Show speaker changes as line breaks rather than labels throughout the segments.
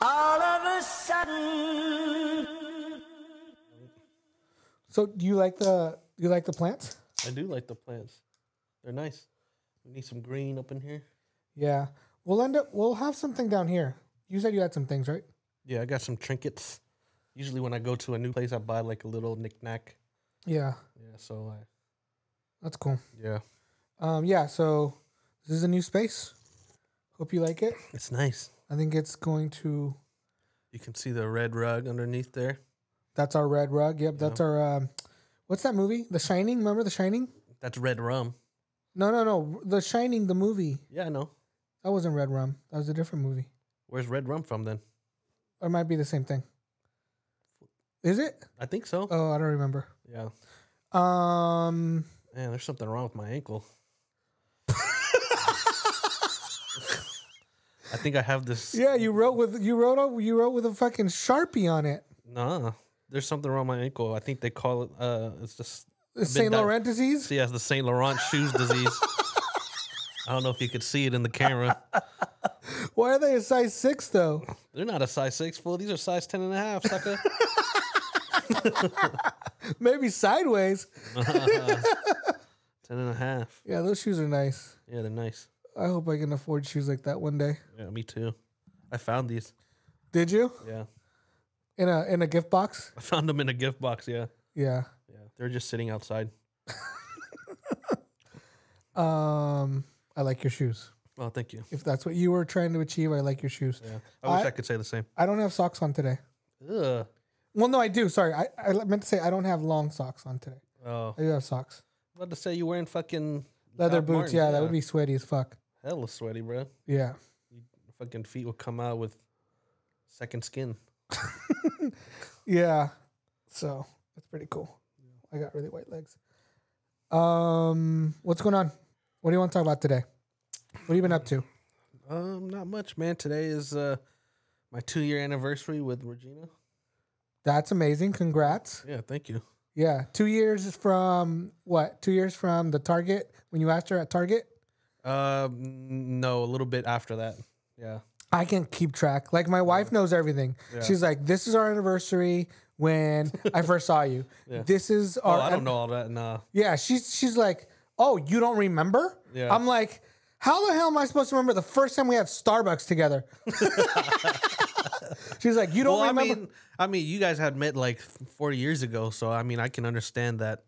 All of a sudden,
So do you like the you like the plants?
I do like the plants. They're nice. We need some green up in here.
Yeah. We'll end up we'll have something down here. You said you had some things, right?
Yeah, I got some trinkets. Usually when I go to a new place, I buy like a little knickknack.
Yeah.
Yeah, so I
That's cool.
yeah,
Um yeah, so this is a new space. Hope you like it.
it's nice.
I think it's going to
You can see the red rug underneath there.
that's our red rug. Yep, that's our um what's that movie? The Shining? Remember The Shining?
That's red rum.
No, no, no. The Shining the movie.
Yeah, I know.
That wasn't Red Rum. That was a different movie.
Where's red rum from then?
Or it might be the same thing. Is it?
I think so.
Oh, I don't remember.
yeah.
Um
Man, there's something wrong with my ankle. I think I have this.
Yeah, you wrote with you wrote a, you wrote with a fucking sharpie on it.
Nah, there's something wrong with my ankle. I think they call it. Uh, it's just. I've been
Saint
di-
Laurent disease.
She has the Saint Laurent shoes disease. I don't know if you could see it in the camera.
Why are they a size six though?
They're not a size six, fool. These are size ten and a half, sucker.
Maybe sideways.
ten and a half.
Yeah, those shoes are nice.
Yeah, they're nice.
I hope I can afford shoes like that one day.
Yeah, me too. I found these.
Did you
Yeah,
in a in a gift box?
I found them in a gift box. Yeah,
Yeah.
yeah. They're just sitting outside.
Um, I like your shoes.
Oh, thank you.
If that's what you were trying to achieve, I like your shoes.
Yeah, I wish
I-
I could say the same.
I don't have socks on today.
Ugh.
Well, no, I do. Sorry, I, I meant to say I don't have long socks on today.
Oh,
I do have socks.
about to say you wearing fucking
Leather
Doc
boots.
Martens,
yeah, that would be sweaty as fuck.
hella sweaty, bro.
Yeah.
Fucking feet will come out with second skin.
Yeah. So that's pretty cool. I got really white legs. Um, what's going on? What do you want to talk about today? What have you been up to?
Um, not much, man. Today is uh my two year anniversary with Regina.
That's amazing. Congrats.
Yeah, thank you.
Yeah. Two years from what? Two years from the Target when you asked her at Target?
Uh, n- no, a little bit after that. Yeah,
I can't keep track. Like my wife knows everything. She's like, this is our anniversary when I first saw you. This is
oh,
our
I don't know all that. Nah,
Yeah, she's she's like, "Oh, you don't remember?"
Yeah.
I'm like, "How the hell am I supposed to remember the first time we had Starbucks together?" she's like, "You don't
well, I
remember?"
mean, I mean, you guys had met like four years ago, so I mean, I can understand that.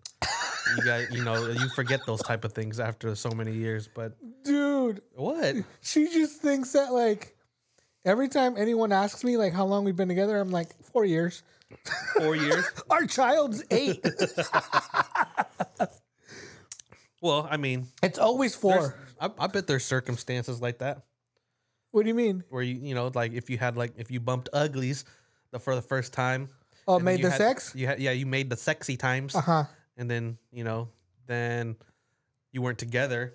You guys, you know, you forget those type of things after so many years. But
Dude,
what?
she just thinks that like every time anyone asks me like how long we've been together, I'm like, "4 years."
Four years?
Our child's 8.
Well, I mean,
it's always 4.
there's- I, I bet there's circumstances like that.
what do you mean?
where you you know like if you had like if you bumped uglies the, for the first time
Oh,
and then
made
you
the
had-
sex?
you had yeah you made the sexy times
Uh-huh.
and then you know then you weren't together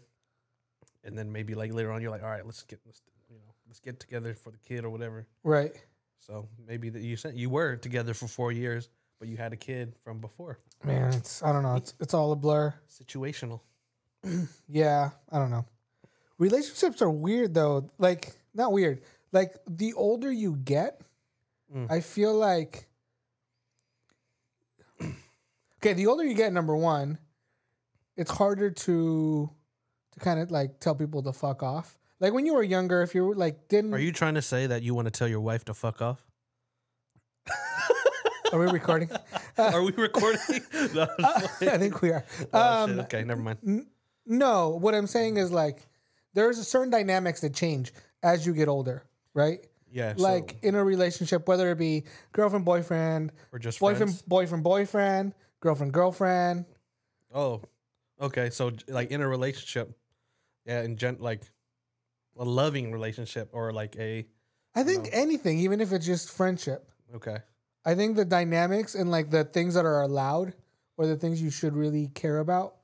and then maybe like later on you're like all right let's get let's you know let's get together for the kid or whatever
Right.
so maybe that you said you were together for four years but you had a kid from before
Man, it's I don't know. It's it's all a blur.
situational
Yeah, I don't know. Relationships are weird though. Like not weird. Like the older you get,
Mm.
I feel like Okay, the older you get, number 1, it's harder to to kind of like tell people to fuck off. Like when you were younger, if you were like didn't
are you trying to say that you want to tell your wife to fuck off
are we recording?
are we recording No, I'm just
I
like-
think we are.
oh, shit,
Um,
okay never mind
No, what I'm saying is like there's a certain dynamics that change as you get older, right?
yeah so-
Like in a relationship, whether it be girlfriend, boyfriend,
or just
boyfriend,
friends?
boyfriend, boyfriend, girlfriend, girlfriend.
Oh, okay. So j- like in a relationship, yeah, in gen like a loving relationship or like a
I think anything, even if it's just friendship.
okay,
I think the dynamics and like the things that are allowed or the things you should really care about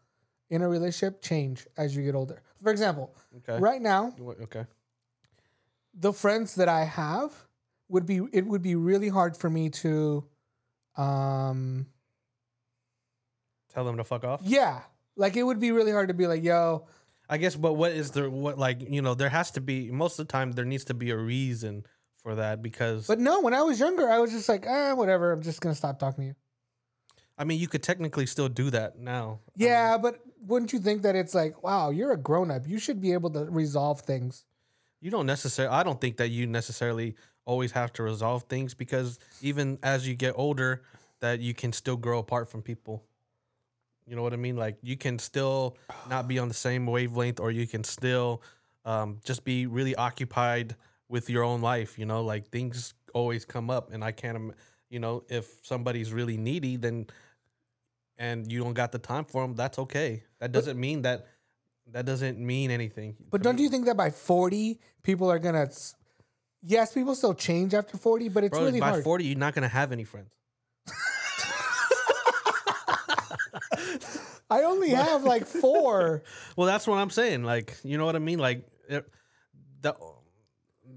in a relationship change as you get older. For example,
okay,
right now,
You want- okay,
the friends that I have would be it would be really hard for me to um
tell them to fuck off.
yeah, like it would be really hard to be like, yo,
I guess, but what is the what like you know there has to be most of the time there needs to be a reason for that because
But no, when I was younger, I was just like, ah, whatever. I'm just gonna stop talking to you.
I mean you could technically still do that now. I mean,
Yeah, but wouldn't you think that it's like, wow, you're a grown up. You should be able to resolve things.
you don't necessarily I don't think that you necessarily always have to resolve things because even as you get older that you can still grow apart from people. You know what I mean? Like you can still not be on the same wavelength or you can still um, just be really occupied with your own life, you know, like things always come up and I can't im- you know, if somebody's really needy then and you don't got the time for them, that's okay. That doesn't mean that that doesn't mean anything.
But
to me.
don't you think that by 40, people are gonna? s- Yes, people still change after 40, but it's
Bro,
really
by
hard.
40, you're not going to have any friends.
I only have like four.
Well, that's what I'm saying. Like, you know what I mean? Like, it, the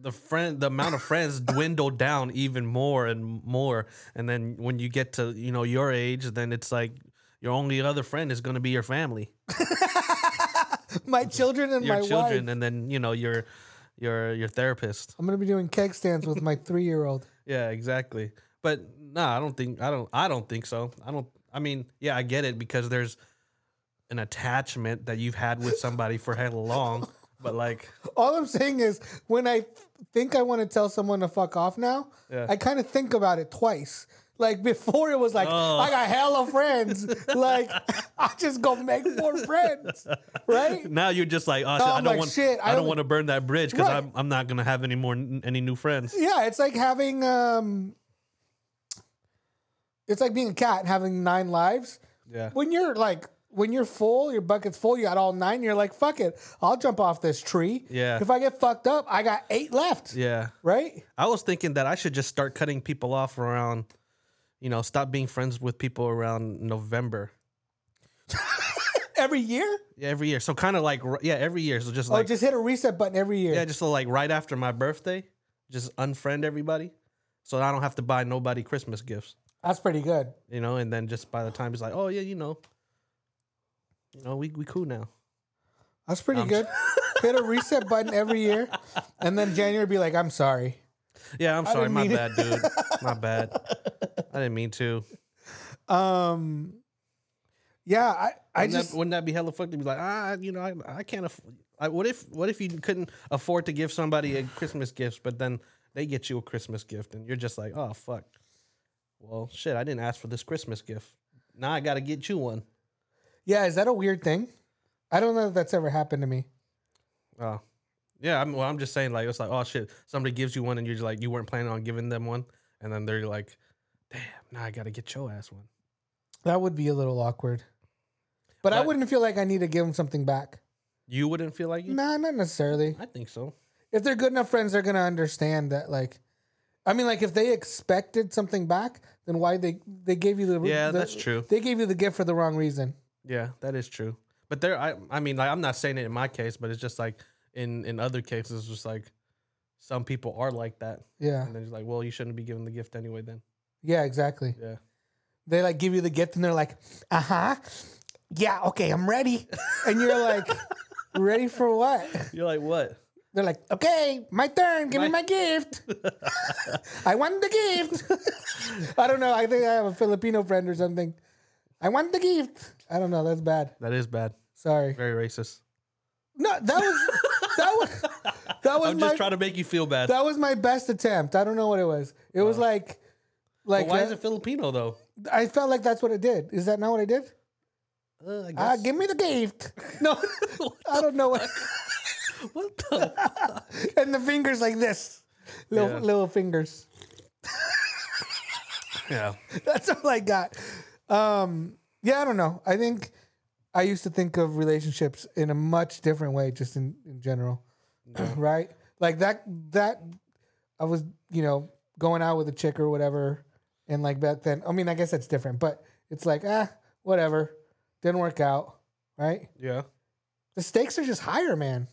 the friend, the amount of friends dwindle down even more and more. And then when you get to you know your age, then it's like your only other friend is going to be your family,
my children and my
your children,
wife.
and then you know your your your therapist.
I'm gonna be doing keg stands with my three year old.
Yeah, exactly. But no, I don't think I don't I don't think so. I don't I mean, yeah, I get it because there's an attachment that you've had with somebody for hella long, but like
All I'm saying is, when I think I want to tell someone to fuck off now,
Yeah.
I kind of think about it twice. Like before, it was like
Oh.
I got hella friends. like I just go make more friends, right?
now you're just like, oh, shit,
No,
I
I'm
don't
like,
want
shit, I
I don't
only-
want to burn that bridge cuz
Right.
I'm I'm not going to have any more any new friends.
Yeah, it's like having um, it's like being a cat and having nine lives.
Yeah.
When you're like when you're full, your bucket's full, you got all nine. You're like, fuck it, I'll jump off this tree.
Yeah.
If I get fucked up, I got eight left.
Yeah.
Right.
I was thinking that I should just start cutting people off around you know, stop being friends with people around November.
Every year.
Yeah, every year. So kind of like r- yeah, every year. So just
Oh,
like
just hit a reset button every year.
Yeah, just so like right after my birthday, just unfriend everybody, so I don't have to buy nobody Christmas gifts,
That's pretty good.
you know. And then just by the time it's like, oh yeah, you know, you know, we we cool now.
That's pretty good. Um, Hit a reset button every year, and then January be like, "I'm sorry."
Yeah, I'm sorry,
didn't
my
mean it.
bad, dude, my bad. I didn't mean to.
Um, yeah, I, I
Wouldn't,
just
that, wouldn't that be hella fucked to be like, ah, you know, I, I can't. Aff- I, what if what if you couldn't afford to give somebody a Christmas gift, but then they get you a Christmas gift, and you're just like, oh fuck. Well, shit, I didn't ask for this Christmas gift. Now I got to get you one.
yeah. Is that a weird thing? I don't know if that's ever happened to me.
Oh, yeah. I'm, well, I'm just saying, like, it's like, oh shit, somebody gives you one, and you're just like, you weren't planning on giving them one, and then they're like, damn, now I gotta get your ass one.
That would be a little awkward. But, I
But-
wouldn't feel like I need to give them something back.
You wouldn't feel like you.
Nah, not necessarily.
I think so.
If they're good enough friends, they're gonna understand that. Like, I mean, like if they expected something back, then why they they gave you the
Yeah,
the-
that's true.
They gave you the gift for the wrong reason.
Yeah, that is true. But there, I, I mean, like, I'm not saying it in my case, but it's just like in in other cases, it's just like some people are like that,
Yeah,
and then it's like, well, you shouldn't be giving the gift anyway. Then,
yeah, exactly.
yeah,
they like give you the gift and they're like, uh huh, yeah, okay, I'm ready. And you're like, ready for what?
you're like, what?
They're like, okay, my turn, give me
My-
my gift. I want the gift. I don't know. I think I have a Filipino friend or something. I want the gift. I don't know. That's bad.
That is bad.
Sorry.
Very racist.
No, that was that was that was
I'm
my
just trying to make you feel bad.
that was my best attempt. I don't know what it was. It was like
Uh. But
like
why
uh,
is it Filipino though?
I felt like that's what it did. Is that not what I did?
Uh, I
Ah,
guess.
give me the gift. No, I don't know what.
what the?
and the fingers like this, little
Yeah.
little fingers.
yeah.
That's all I got. Um, yeah, I don't know. I think I used to think of relationships in a much different way, just in in general, right? Like that that I was, you know, going out with a chick or whatever, and like back then. I mean, I guess that's different, but it's like ah, whatever, didn't work out, right?
Yeah.
The stakes are just higher, man.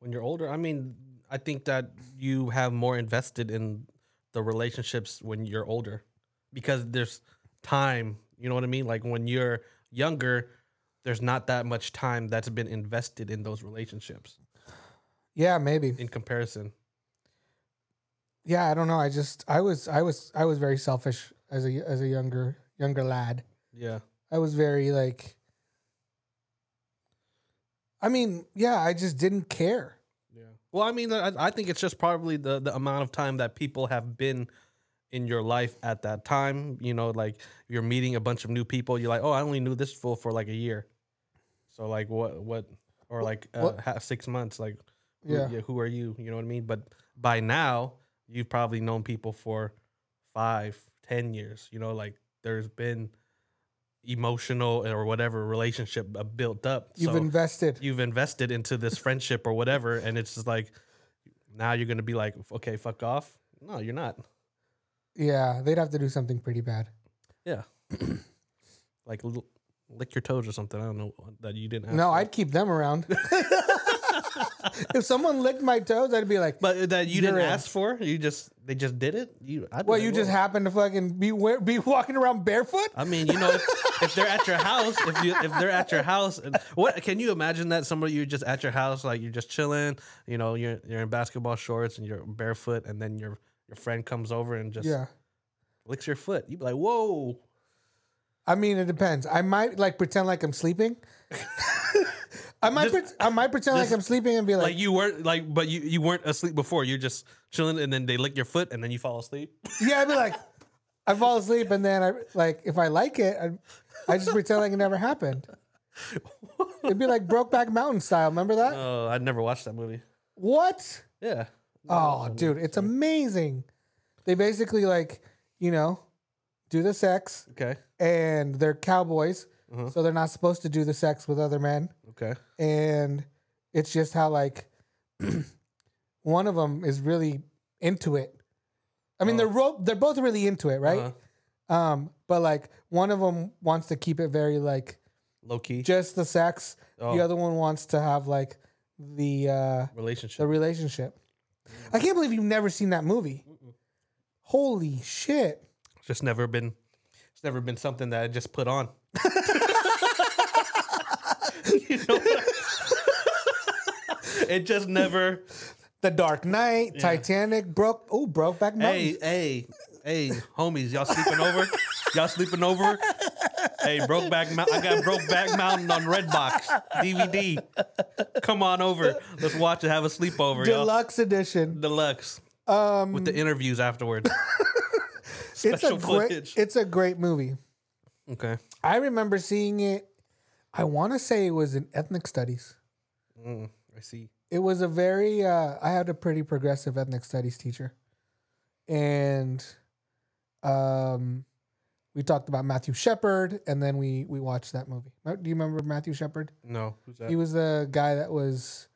when you're older i mean i think that you have more invested in the relationships when you're older because there's time you know what i mean like when you're younger there's not that much time that's been invested in those relationships
Yeah, maybe.
in comparison
yeah, I don't know. I just I was I was I was very selfish as a as a younger younger lad.
Yeah.
I was very like I mean, yeah, I just didn't care.
Yeah. Well, I mean, I, I think it's just probably the, the amount of time that people have been in your life at that time. You know, like you're meeting a bunch of new people. You're like, oh, I only knew this fool for like a year. So like, what, what, or like uh,
What-
ha six months? Like, who,
Yeah.
yeah. who are you? You know what I mean? But by now, you've probably known people for five, ten years. You know, like there's been emotional or whatever relationship uh, built up.
You've
So-
invested.
you've invested into this friendship or whatever, and it's just like now you're gonna be like, okay, fuck off. No, you're not.
yeah, they'd have to do something pretty bad.
Yeah, like l- lick your toes or something. I don't know that you didn't. Ask
No,
for.
I'd keep them around. if someone licked my toes, I'd be like,
But that you
You're
didn't
in.
ask for. You just they just did it. You. I'd be
"Well,
like,
you just
"Whoa."
happen to fucking be wear- be walking around barefoot."
I mean, you know, if, if they're at your house, if you if they're at your house, and what can you imagine that somebody you're just at your house, like you're just chilling, you know, you're you're in basketball shorts and you're barefoot, and then your your friend comes over and just
yeah,
licks your foot. You'd be like, whoa.
I mean, it depends. I might like pretend like I'm sleeping. I might
Just-
pre- I might pretend
just-
like I'm sleeping and be like,
Like you weren't like, but you, you weren't asleep before. You're just chilling, and then they lick your foot, and then you fall asleep.
"Yeah," I'd be like, I fall asleep and then I like if I like it, I, I just pretend like it never happened. It'd be like Brokeback Mountain style. Remember that?
Oh, I'd never watched that movie.
what?
Yeah.
Oh, dude, it's amazing. They basically like, you know, do the sex
Okay.
and they're cowboys,
Mm-hmm.
so they're not supposed to do the sex with other men.
Okay.
And it's just how like one of them is really into it. I mean, they're
Oh.
ro- they're both really into it,
Uh,
right?
Uh-huh.
Um, but like one of them wants to keep it very like
Low key
just the sex.
Oh.
The other one wants to have like the uh the
relationship.
relationship. I can't believe you've never seen that movie. Holy shit.
Just never been. It's never been something that I just put on. You know what I- it just never.
The Dark Knight, Titanic, broke oh broke back
Hey, hey, hey, homies, y'all sleeping over? Y'all sleeping over? Hey, Brokeback Mountain. I got Brokeback Mountain on Redbox DVD. Come on over. Let's watch it. Have a sleepover, y'all.
Deluxe edition.
Deluxe. Um, with the interviews afterwards.
It's a
Special
great
footage.
it's a great movie.
Okay.
I remember seeing it. I wanna say it was in ethnic studies.
Mm, I see.
It was a very uh, I had a pretty progressive ethnic studies teacher. And um we talked about Matthew Shepard and then we we watched that movie. Do you remember Matthew Shepard?
No. Who's that?
He was the guy that was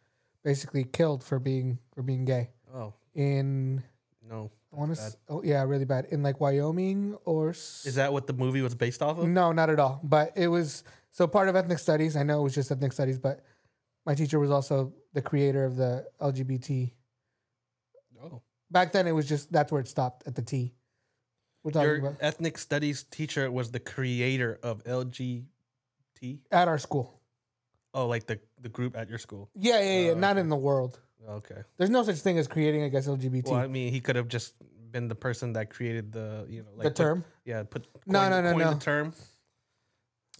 basically killed for being for being gay
oh,
in
no.
I want to oh yeah really bad in like Wyoming or s-
Is that what the movie was based off of?
no not at all but it was so part of ethnic studies I know it was just ethnic studies but my teacher was also the creator of the LGBT
No.
back then it was just that's where it stopped at the T we're talking
Your
about
ethnic studies teacher was the creator of LGBT.
at our school
Oh, like the, the group at your school.
yeah yeah yeah
Oh,
not in the world
Okay.
there's no such thing as creating I guess LGBT
Well, I mean, he could have just been the person that created the you know like
the
put-
term
yeah, put
No,
coined-
no, no,
coined
no.
The term.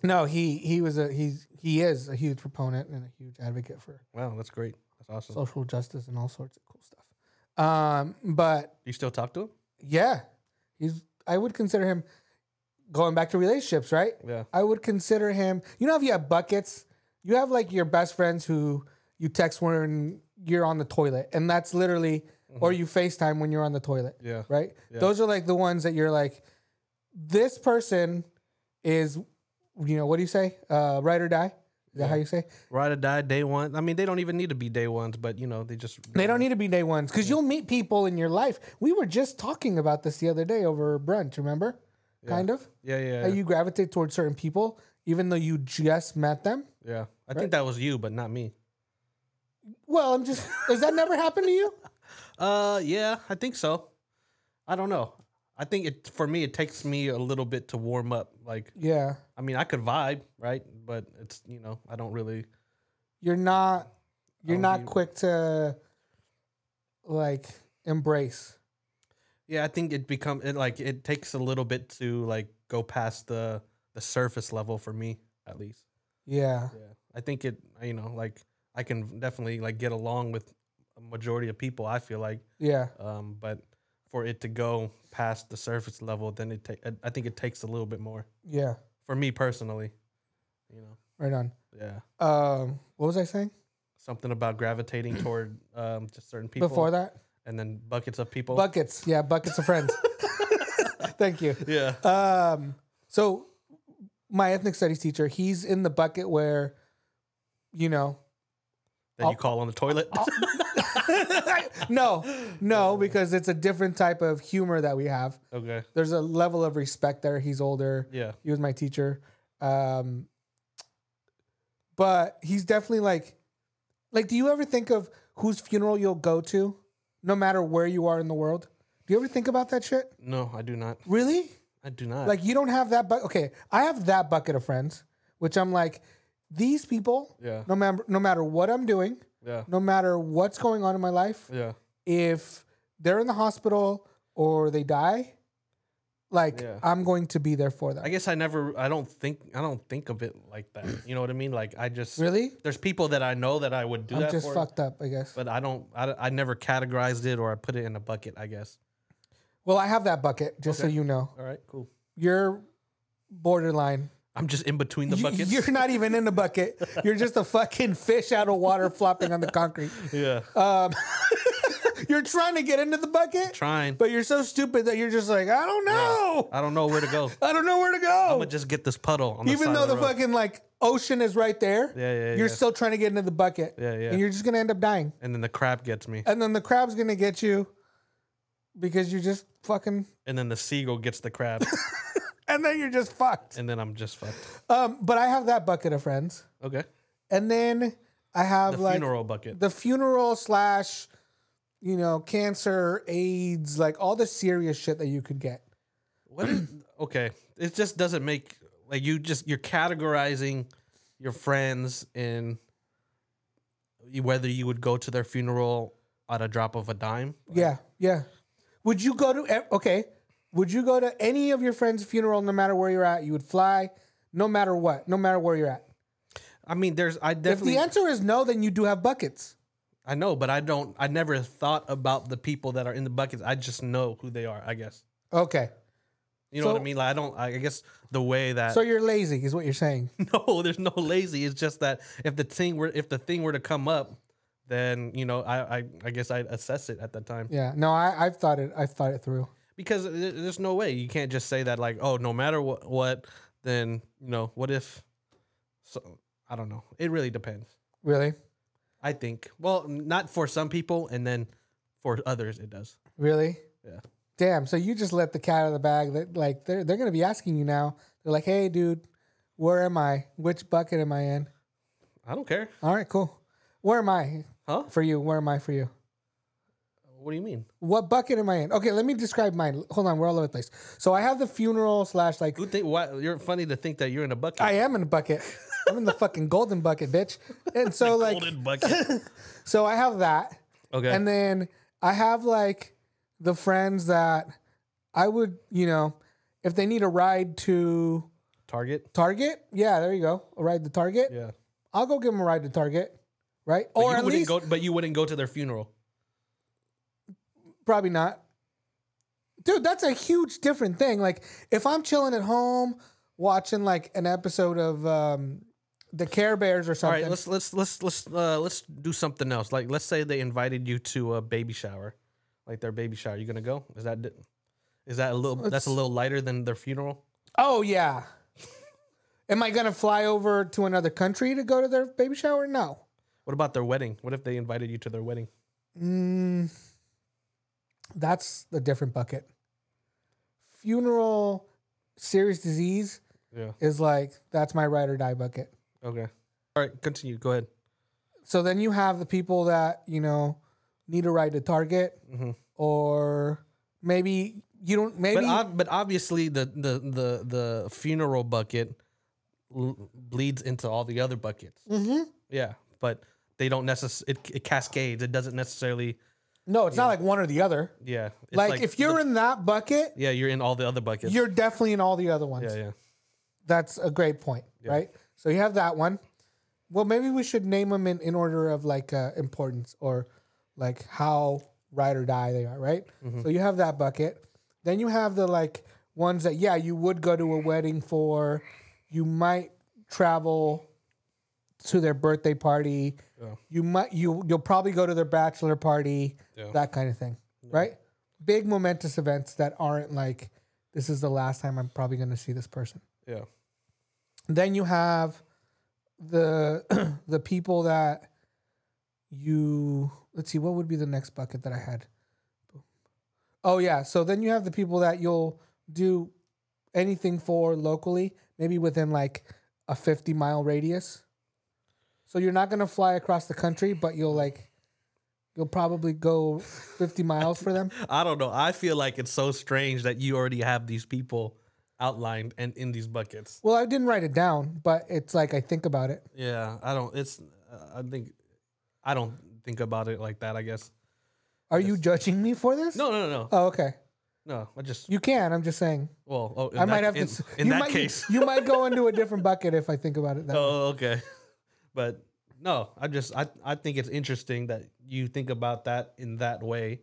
no he he was a he's he is a huge proponent and a huge advocate for
Wow, that's great. That's awesome.
social justice and all sorts of cool stuff. Um, but
you still talk to him?
yeah, he's I would consider him going back to relationships, right?
Yeah.
I would consider him you know if you have buckets, you have like your best friends who you text when you're on the toilet, and that's literally or you FaceTime when you're on the toilet.
Mm-hmm. Yeah.
Right?
Yeah.
Those are like the ones that you're like, this person is you know, what do you say? Uh ride or die? Is that how you say?
Ride or die day one. I mean, they don't even need to be day ones, but you know, they just
They don't need to be day ones because you'll meet people in your life. We were just talking about this the other day over brunch, remember? Kind of.
Yeah, yeah,
How
yeah.
you gravitate towards certain people even though you just met them.
yeah. I think that was you, but not me.
Well, I'm just, does that never happen to you?
Uh, yeah, I think so. I don't know. I think it for me, it takes me a little bit to warm up. Like,
Yeah.
I mean, I could vibe, right? But it's you know, I don't really.
You're not, you're
I'll
not
be-
quick to like embrace.
Yeah, I think it become it like it takes a little bit to like go past the the surface level for me at least.
Yeah.
Yeah, I think it. uh, You know, like I can definitely like get along with a majority of people. I feel like,
Yeah.
um, but for it to go past the surface level, then it. Ta- I- I think it takes a little bit more
Yeah.
for me personally. You know,
Right on.
yeah,
Um, what was I saying
something about gravitating toward um just certain people
before that?
and then buckets of people.
Buckets. Yeah, buckets of friends. Thank you.
yeah,
Um, so my ethnic studies teacher, he's in the bucket where, you know,
then you call on the toilet.
Oh. no, no, because it's a different type of humor that we have.
okay,
There's a level of respect there. He's older.
yeah,
He was my teacher. Um, but he's definitely like, like, do you ever think of whose funeral you'll go to, no matter where you are in the world? Do you ever think about that shit?
no, I do not.
Really?
I do not.
Like, you don't have that bucket. Okay, I have that bucket of friends, which I'm like, these people,
Yeah.
no matter no matter what I'm doing,
yeah,
no matter what's going on in my life,
yeah,
if they're in the hospital or they die, like
Yeah.
I'm going to be there for them.
I guess I never. I don't think. I don't think of it like that. You know what I mean? Like I just.
really?
There's people that I know that I would do
I'm
that
just
for,
fucked up, I guess.
but I don't. I, I never categorized it or I put it in a bucket. I guess.
Well, I have that bucket, just so you know.
All right, cool.
You're borderline.
I'm just in between the
You-
buckets.
You're not even in the bucket. You're just a fucking fish out of water flopping on the concrete.
yeah,
Uh, You're trying to get into the bucket,
trying.
but you're so stupid that you're just like, I don't know.
I don't know where to go.
I don't know where to go.
I'm gonna just get this puddle. On the
Oh. Even
side
though
of
the,
road.
fucking like ocean is right there,
Yeah, yeah,
you're
yeah.
still trying to get into the bucket.
Yeah, yeah.
And you're just gonna end up dying.
And then the crab gets me.
and then the crab's gonna get you because you're just fucking
And then the seagull gets the crab.
and then you're just fucked
and then I'm just fucked.
um but i have that bucket of friends
Okay.
and then i have
The
like
funeral bucket.
the funeral slash you know cancer aids like all the serious shit that you could get
What is okay? It just doesn't make like you just you're categorizing your friends in whether you would go to their funeral at a drop of a dime.
yeah yeah would you go to ev- okay would you go to any of your friends funeral no matter where you're at you would fly no matter what no matter where you're at
I mean, there's I
if
definitely
the answer is no then you do have buckets
I know, but I don't. I never thought about the people that are in the buckets. I just know who they are. I guess
okay
you know what
So-
I mean. Like I don't. I guess the way that
so you're lazy is what you're saying
no, there's no lazy. It's just that if the thing were if the thing were to come up, then you know I I, I guess I would assess it at that time.
yeah no I, i've thought it i've thought it through
because there- there's no way you can't just say that like oh no matter what what then you know what if so i don't know it really depends
Really?
i think well not for some people and then for others it does
Really?
Yeah.
Damn. So you just let the cat out of the bag. That like they're they're gonna be asking you now. They're like, hey, dude, where am I? Which bucket am I in?
i don't care
All right, cool. Where am I
huh
for you? Where am I for you?
what do you mean
What bucket am I in? Okay, let me describe mine. Hold on, we're all over the place. So I have the funeral slash like
who think why you're funny to think that you're in a bucket
I am in a bucket. I'm in the fucking golden bucket, bitch. And so like
golden bucket
so I have that.
okay
And then I have like the friends that I would, you know, if they need a ride to
target
Target. Yeah, there you go. A ride to Target.
yeah
I'll go give them a ride to Target, right?
But
or
you
at least
wouldn't go but you wouldn't go to their funeral
probably not. Dude, that's a huge different thing. Like if I'm chilling at home watching like an episode of um, the Care Bears or
all
something.
right let's let's let's let's uh, let's do something else like let's say they invited you to a baby shower like their baby shower you gonna go is that di- is that a little that's a little lighter than their funeral
oh yeah. Am I gonna fly over to another country to go to their baby shower? No.
what about their wedding what if they invited you to their wedding
Mm, that's a different bucket. Funeral serious disease
yeah
is like that's my ride or die bucket.
okay all right continue go ahead
So then you have the people that you know need a ride to Target,
Mhm.
or maybe you don't. Maybe
but ob- but obviously the the the the funeral bucket l- bleeds into all the other buckets
Mhm.
yeah but they don't necessarily it, it cascades it doesn't necessarily
No, it's not like one or the other.
Yeah. It's
Like, if you're
the-
in that bucket,
yeah, you're in all the other buckets.
you're definitely in all the other ones.
yeah, yeah.
That's a great point, right? So you have that one. Well, maybe we should name them in, in order of like uh, importance or like how ride or die they are, right?
Mm-hmm.
So you have that bucket. Then you have the like ones that, yeah, you would go to a wedding for, you might travel to their birthday party. You might you you'll probably go to their bachelor party,
Yeah.
that kind of thing, right? Big momentous events that aren't like this is the last time I'm probably going to see this person
Yeah.
then you have the the people that you let's see what would be the next bucket that I had. Oh yeah, so then you have the people that you'll do anything for locally, maybe within like a 50 mile radius. So you're not going to fly across the country, but you'll like you'll probably go 50 miles for them.
I don't know. I feel like it's so strange that you already have these people outlined and in these buckets.
Well, I didn't write it down, but it's like I think about it.
Yeah, I don't. It's. I think. I don't think about it like that. I guess.
Are you judging me for this?
No, no, no, no.
Oh, okay.
no I just.
You can. I'm just saying.
Well, oh, in
I
that-
might have
in,
to.
In
you
that
might,
case.
you might go into a different bucket if I think about it. That way.
oh, okay. But no, I just. I. I think it's interesting that you think about that in that way.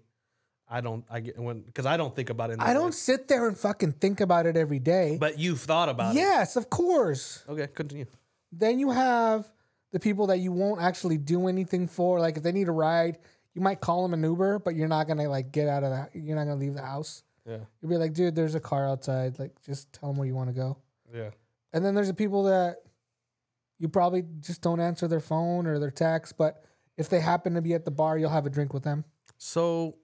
I don't. I get when because I don't think about it. In that
I don't
Way.
sit there and fucking think about it every day.
But you've thought about it.
yes, of course.
Okay, continue.
Then you have the people that you won't actually do anything for. Like if they need a ride, you might call them an Uber, but you're not gonna like get out of that. You're not gonna leave the house.
Yeah.
You'll be like, dude, there's a car outside. Like just tell them where you want to go.
Yeah.
And then there's the people that you probably just don't answer their phone or their text, but if they happen to be at the bar, you'll have a drink with them.
So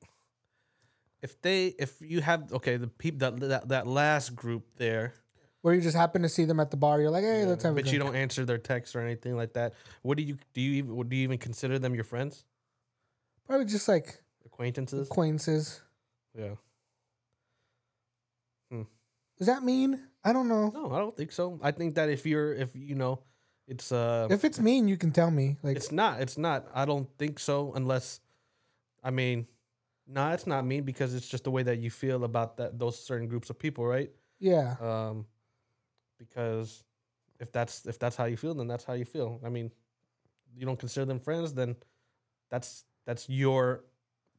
if they if you have okay the people that that, that last group there
where you just happen to see them at the bar. You're like, hey, let's have a
but you
drink.
don't answer their texts or anything like that what do you do you even do you even consider them your friends
Probably just like
acquaintances
acquaintances.
yeah
Does that mean? I don't know.
no I don't think so I think that if you're if you know it's uh
If it's mean, you can tell me. Like,
it's not it's not I don't think so unless I mean no nah, it's not mean because it's just the way that you feel about that those certain groups of people right
yeah,
um, because if that's if that's how you feel, then that's how you feel. I mean, you don't consider them friends, then that's that's your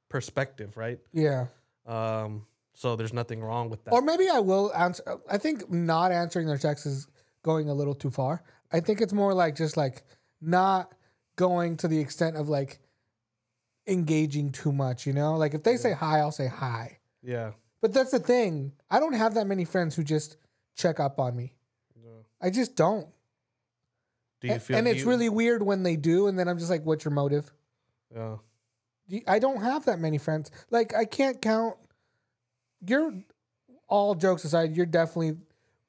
perspective, right?
yeah.
Um, so there's nothing wrong with that.
Or maybe I will answer. I think not answering their texts is going a little too far. I think it's more like just like not going to the extent of like engaging too much. You know, like if they say hi, I'll say hi.
yeah,
But that's the thing. I don't have that many friends who just check up on me. I just don't.
do you
And-
feel?
and
do
it's
you-
really weird when they do, and then I'm just like, "What's your motive?"
yeah,
Do you- I don't have that many friends. Like I can't count. You're all jokes aside. You're definitely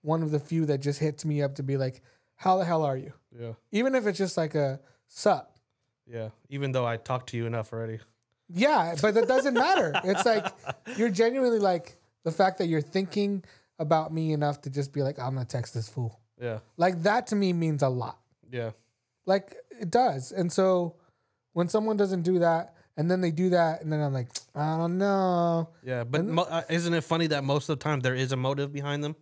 one of the few that just hits me up to be like, "How the hell are you?"
yeah,
Even if it's just like a sup.
yeah. Even though I talked to you enough already.
Yeah, but that doesn't matter. It's like you're genuinely like the fact that you're thinking about me enough to just be like, "I'm gonna text this fool."
Yeah,
Like that to me means a lot.
yeah,
Like it does. And so when someone doesn't do that and then they do that and then I'm like, I don't know.
yeah. But mo- uh, isn't it funny that most of the time there is a motive behind them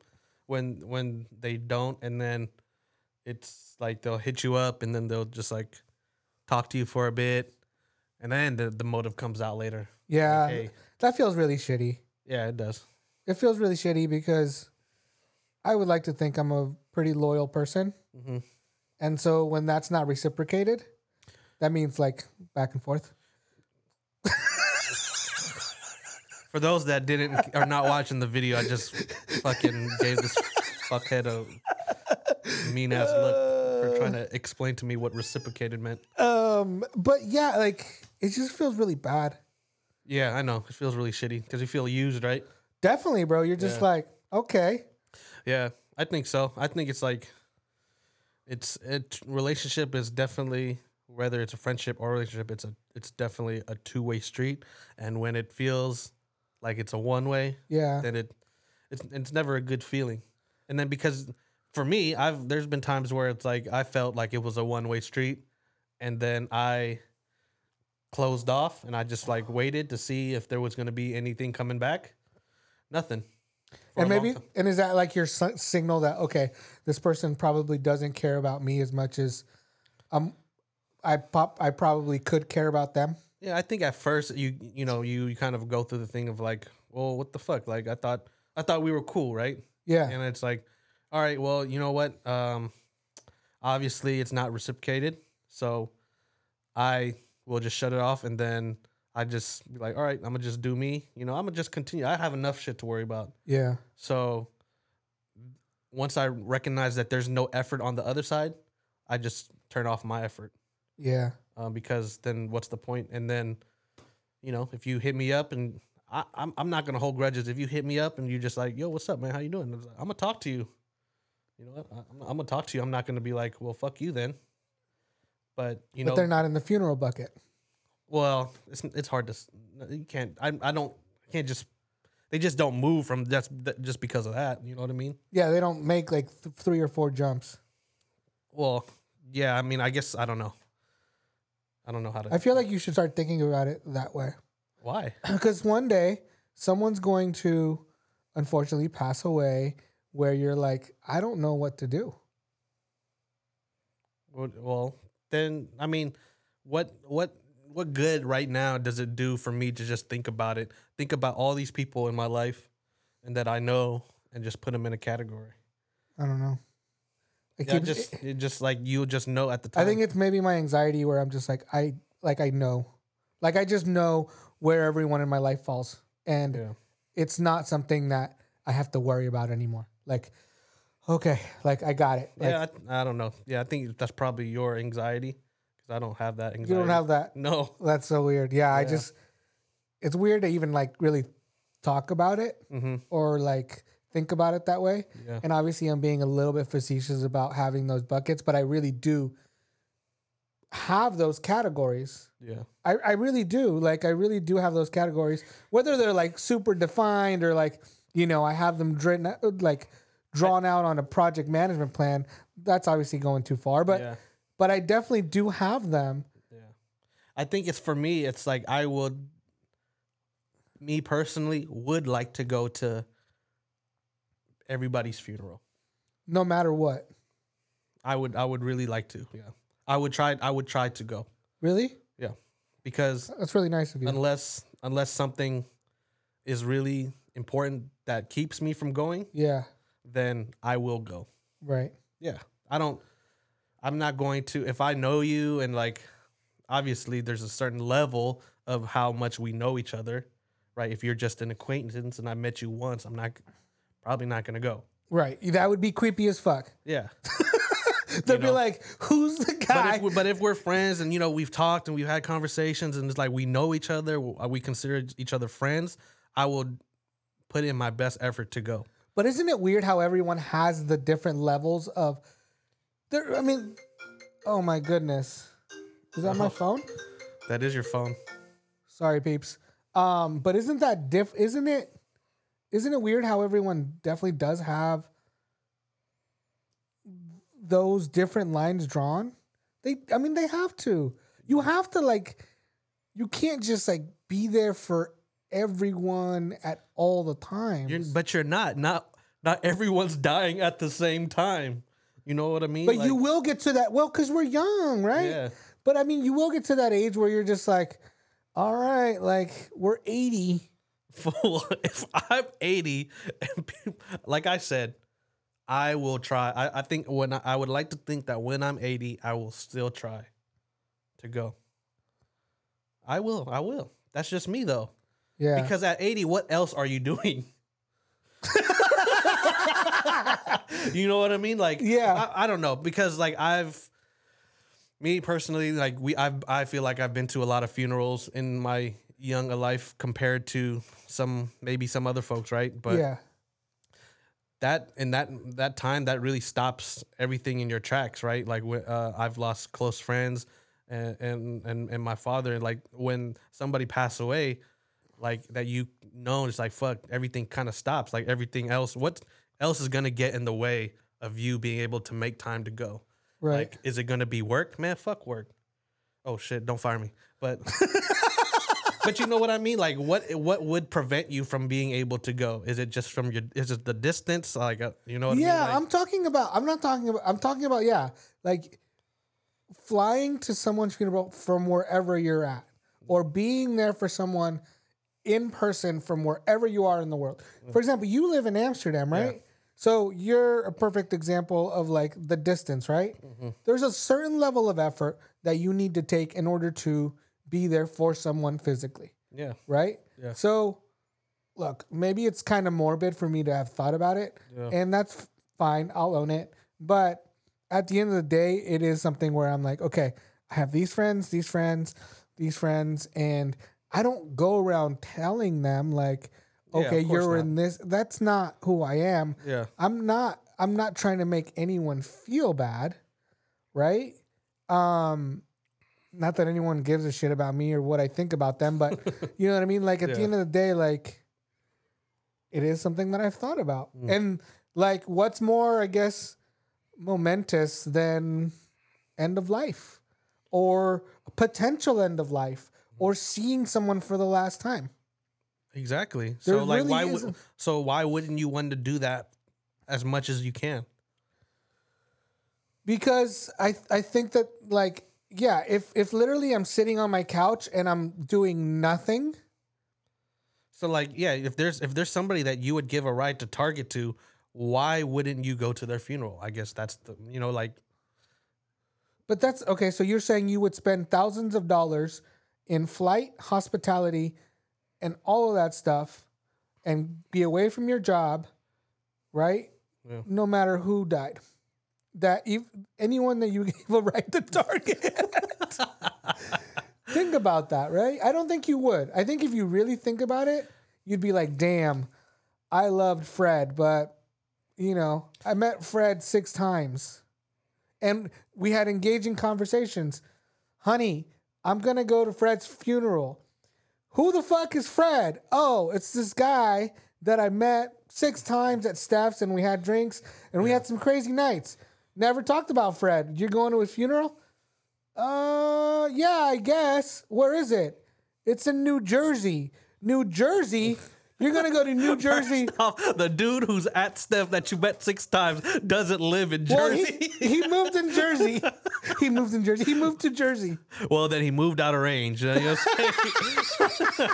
when when they don't, and then it's like they'll hit you up and then they'll just like talk to you for a bit and then the, the motive comes out later
Yeah.
Hey.
That feels really shitty.
yeah it does
It feels really shitty because I would like to think I'm a pretty loyal person.
Mm-hmm.
And so when that's not reciprocated, that means like back and forth.
for those that didn't are not watching the video i just fucking gave this fuckhead a mean ass look for trying to explain to me what reciprocated meant
Um, but yeah, like it just feels really bad.
yeah i know it feels really shitty because you feel used right
Definitely, bro. You're just
Yeah.
like, okay.
Yeah, I think so. I think it's like it's it relationship is definitely whether it's a friendship or relationship, it's a it's definitely a two way street. And when it feels like it's a one way,
Yeah.
then it it's it's never a good feeling. And then because for me, I've there's been times where it's like I felt like it was a one way street, and then I closed off, and I just like waited to see if there was going to be anything coming back. Nothing. For
and
a long
maybe
time.
and is that like your si- signal that okay this person probably doesn't care about me as much as um i pop i probably could care about them
Yeah, I think at first you you know you, you kind of go through the thing of like, well, what the fuck? Like I thought I thought we were cool, right?
yeah
And it's like, all right, well, you know what? Um, obviously, it's not reciprocated, so I will just shut it off, and then I just be like, all right, I'm gonna just do me. You know, I'm gonna just continue. I have enough shit to worry about.
yeah
So once I recognize that there's no effort on the other side, I just turn off my effort
yeah
um, because then what's the point? And then, you know, if you hit me up and I, I'm, I'm not gonna hold grudges. If you hit me up and you just like, yo, what's up, man? How you doing? I'm, gonna talk to you. You know, what? I, I'm, I'm gonna talk to you. I'm not gonna be like, well, fuck you then. But you
but
know,
they're not in the funeral bucket
well, it's it's hard to s- you can't. I I don't I can't just. They just don't move from that's that, just because of that. You know what I mean?
yeah they don't make like th- three or four jumps
Well, yeah. I mean, I guess I don't know. I don't know how to.
i feel like you should start thinking about it that way
why.
because one day someone's going to unfortunately pass away where you're like i don't know what to do
Well- Well, then I mean, what what what good right now does it do for me to just think about it? Think about all these people in my life and that I know, and just put them in a category.
i don't know I
Yeah,
keep-
just it just like you'll just know at the time.
I think it's maybe my anxiety where I'm just like I like I know, like I just know where everyone in my life falls, and
Yeah.
it's not something that I have to worry about anymore. Like, okay, like I got it. Like,
yeah, I, I don't know. Yeah, I think that's probably your anxiety because I don't have that anxiety.
you don't have that.
no.
That's so weird. Yeah, I
Yeah.
just it's weird to even like really talk about it
Mm-hmm.
or like think about it that way.
Yeah.
And obviously, I'm being a little bit facetious about having those buckets, but I really do have those categories.
Yeah.
I, I really do. Like I really do have those categories. Whether they're like super defined or like, you know, I have them drawn like drawn out on a project management plan, that's obviously going too far. But
yeah.
but I definitely do have them.
I think it's for me. It's like I would, me personally, would like to go to everybody's funeral.
No matter what.
I would, I would really like to. Yeah, I would try. I would try to go.
Really?
Yeah, because
That's really nice of you.
unless unless something is really important that keeps me from going,
yeah.
then I will go.
Right.
Yeah, I don't. I'm not going to. If I know you and like, obviously, there's a certain level of how much we know each other, right? If you're just an acquaintance and I met you once, I'm not probably not gonna go.
Right. That would be creepy as fuck.
Yeah,
They'd be
know.
like, who's the
but
guy?
if, we, but if we're friends and you know we've talked and we've had conversations and it's like we know each other, uh, we consider each other friends. I will put in my best effort to go.
But isn't it weird how everyone has the different levels of there I mean oh my goodness. Is that
Uh-huh.
my phone?
That is your phone.
Sorry, peeps. Um, but isn't that diff? Isn't it? Isn't it weird how everyone definitely does have those different lines drawn? They, I mean, they have to. You have to like, you can't just like be there for everyone at all the time.
You're, but you're not. Not not everyone's dying at the same time. You know what I mean?
But
Like,
you will get to that. Well, because we're young, right?
Yeah.
But I mean, you will get to that age where you're just like, all right, like we're eighty.
full. If I'm 80, and people, like I said, I will try. I, I think when I, I would like to think that when I'm 80, I will still try to go. I will. I will. That's just me though.
Yeah.
Because at 80, what else are you doing? you know what I mean? Like,
Yeah.
I, I don't know because like I've, me personally, like we, I, I feel like I've been to a lot of funerals in my young life compared to some maybe some other folks, right? But
yeah.
that in that that time that really stops everything in your tracks right like wh- uh, i've lost close friends and, and and and my father and like when somebody passed away like that you know it's like fuck everything kind of stops like everything else what else is gonna get in the way of you being able to make time to go
Right.
like is it gonna be work man fuck work oh shit, don't fire me. But but you know what I mean? Like what what would prevent you from being able to go? Is it just from your is it the distance? Like uh, you know what
yeah,
I mean? Like,
I'm talking about. I'm not talking about. I'm talking about. Yeah, like flying to someone's funeral from wherever you're at, or being there for someone in person from wherever you are in the world.
Mm.
For example, you live in Amsterdam, right? So you're a perfect example of like the distance, right?
Mm-hmm.
There's a certain level of effort that you need to take in order to be there for someone physically
yeah.
right?
Yeah.
So, look, maybe it's kind of morbid for me to have thought about it,
Yeah.
and that's fine. I'll own it. But at the end of the day, it is something where I'm like, okay, I have these friends, these friends, these friends, and I don't go around telling them like,
Yeah, of
okay,
course
you're
not.
in this. That's not who I am.
Yeah.
I'm not I'm not trying to make anyone feel bad, right? Um not that anyone gives a shit about me or what I think about them, but you know what I mean? Like at the
Yeah.
end of the day, like it is something that I've thought about.
Mm.
And like what's more, I guess, momentous than end of life or potential end of life or seeing someone for the last time.
Exactly.
There
so like
really
why
is
would
a-
so why wouldn't you want to do that as much as you can?
because I I think that like yeah if if literally I'm sitting on my couch and I'm doing nothing
So like yeah, if there's if there's somebody that you would give a ride to Target to, why wouldn't you go to their funeral? I guess that's the you know like
but that's okay so you're saying you would spend thousands of dollars in flight hospitality and all of that stuff and be away from your job right
Yeah.
no matter who died that if anyone that you gave a right to target think about that, right? I don't think you would. I think if you really think about it, you'd be like, damn, I loved Fred, but you know, I met Fred six times and we had engaging conversations. Honey, I'm gonna go to Fred's funeral. Who the fuck is Fred? Oh, it's this guy that I met six times at Steph's and we had drinks and we had some crazy nights. Never talked about Fred. You're going to his funeral? Uh, yeah, I guess. Where is it? It's in New Jersey. New Jersey? You're gonna go to New Jersey?
the dude who's at Steph that you met six times doesn't live in
Well,
Jersey.
he, he moved in Jersey. He moved in Jersey. He moved to Jersey.
well, then he moved out of range. You know what I'm saying?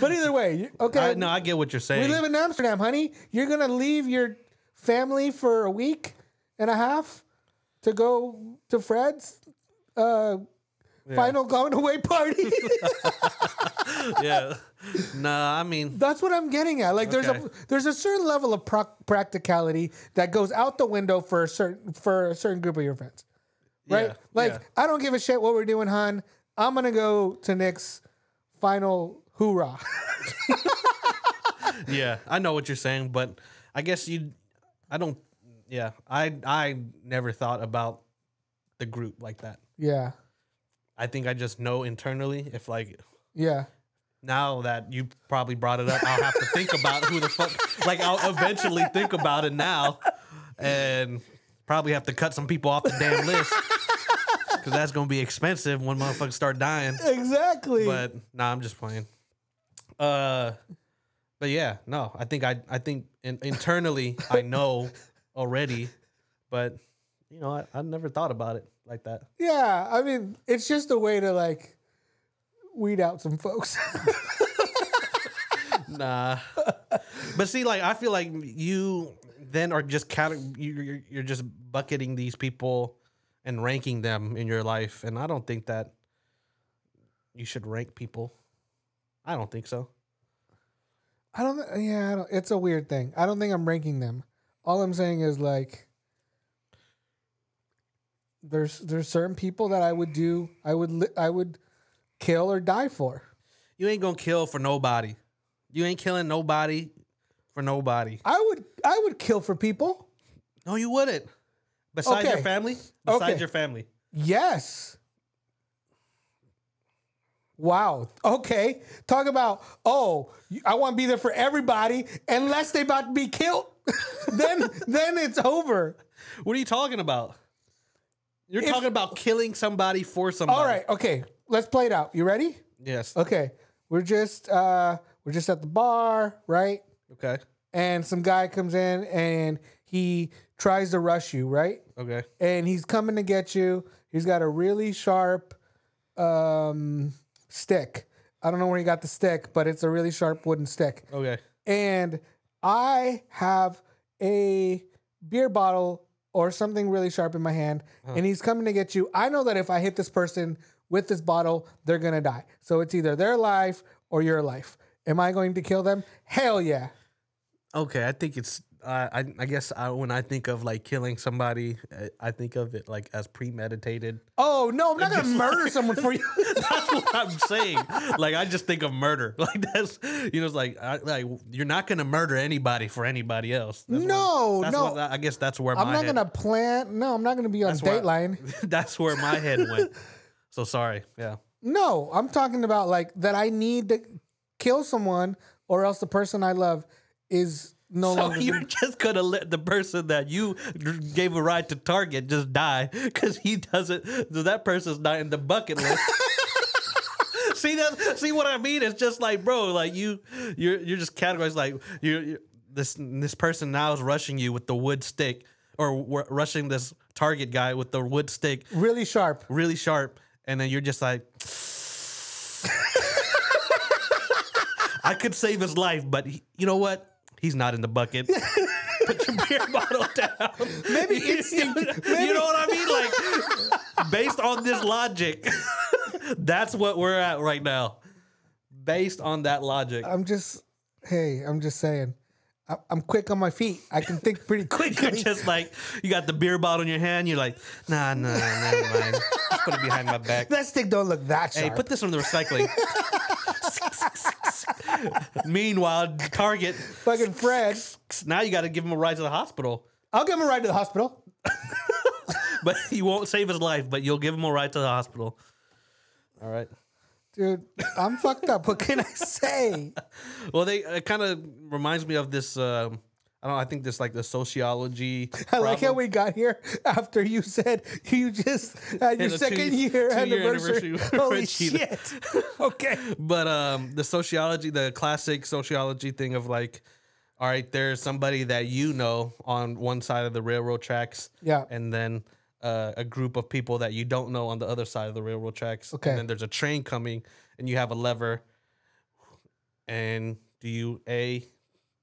But either way, you- okay.
I, no, I get what you're saying.
we live in Amsterdam, honey. You're gonna leave your family for a week and a half to go to Fred's uh, final going away party.
yeah. Nah, I mean,
That's what I'm getting at. Like there's
Okay.
a there's a certain level of proc- practicality that goes out the window for a certain for a certain group of your friends, right?
Yeah,
like
yeah.
I don't give a shit what we're doing, hon. I'm gonna go to Nick's final hoorah.
yeah, I know what you're saying, but I guess you, I don't, yeah, I, I never thought about the group like that.
yeah,
I think I just know internally if like
yeah.
now that you probably brought it up, I'll have to think about who the fuck. Like I'll eventually think about it now, and probably have to cut some people off the damn list because that's gonna be expensive when motherfuckers start dying.
Exactly.
But nah, I'm just playing. Uh, but yeah, no, I think I I think in, internally I know already, but you know I, I never thought about it like that.
yeah, I mean, it's just a way to like weed out some folks.
Nah. but see, like I feel like you then are just cate- you- you're you're just bucketing these people and ranking them in your life, and I don't think that you should rank people. I don't think so.
I don't. thi- Yeah, I don't, it's a weird thing. I don't think I'm ranking them. All I'm saying is like, there's there's certain people that I would do. I would li- I would kill or die for.
You ain't gonna kill for nobody. You ain't killing nobody for nobody.
I would I would kill for people.
No, you wouldn't. Besides
Okay.
your family. Besides
Okay.
your family.
Yes. Wow. Okay. Talk about oh, you- I want to be there for everybody unless they about to be killed. then then it's over.
What are you talking about? You're
If-
talking about killing somebody for somebody.
All right, okay. Let's play it out. You ready?
Yes.
Okay. We're just uh we're just at the bar, right?
Okay.
And some guy comes in and he tries to rush you, right?
Okay.
And he's coming to get you. He's got a really sharp um stick. I don't know where he got the stick, but it's a really sharp wooden stick.
Okay.
and I have a beer bottle or something really sharp in my hand, and he's coming to get you. I know that if I hit this person with this bottle, they're gonna die. So it's either their life or your life. Am I going to kill them? Hell yeah.
Okay. I think it's. I I, I guess I, when I think of like killing somebody, I, I think of it like as premeditated.
Oh no, I'm not gonna murder someone for you.
That's what I'm saying. Like I just think of murder. Like that's you know, it's like I, like you're not gonna murder anybody for anybody else. That's what-
No,
that's
no.
what- I guess that's where
I'm
my
not
head-
gonna plant. No, I'm not gonna be on
that's where-
Dateline.
that's where my head went. So sorry. Yeah.
No, I'm talking about like that. I need to kill someone, or else the person I love is no
So
longer.
you're just gonna let the person that you gave a ride to Target just die because he doesn't. so That person's not in the bucket list. see that? See what I mean? It's just like, bro, like you, you're you're just categorized like you. you this this person now is rushing you with the wood stick, or w- rushing this Target guy with the wood stick,
really sharp.
really sharp, and then you're just like. I could save his life, but he, you know what? He's not in the bucket. Put your beer bottle down.
Maybe
You-
instinct-
You know what I mean? Like, based on this logic, that's what we're at right now. Based on that logic,
I'm just, hey, I'm just saying, I, I'm quick on my feet. I can think pretty
quick, you're
quickly.
just like you got the beer bottle in your hand. You're like, nah, nah, never mind. Just put it behind my back.
that stick don't look that
Hey,
sharp.
put this on the recycling. Meanwhile, Target.
Fucking Fred,
Now you got to give him a ride to the hospital,
I'll give him a ride to the hospital.
but you won't save his life. But you'll give him a ride to the hospital. All right.
Dude, I'm fucked up. What can I say?
Well, they it kind of reminds me of this. Um, I don't. know, I think this like the sociology.
I like how
problem.
we got here after you said you just had your
Had a two-
second year,
two-year
anniversary.
anniversary
Holy
with
shit.
Cheetah.
okay.
But um, the sociology, the classic sociology thing of like, all right, there's somebody that you know on one side of the railroad tracks,
Yeah.
and then uh, a group of people that you don't know on the other side of the railroad tracks.
Okay.
and then there's a train coming, and you have a lever, and do you a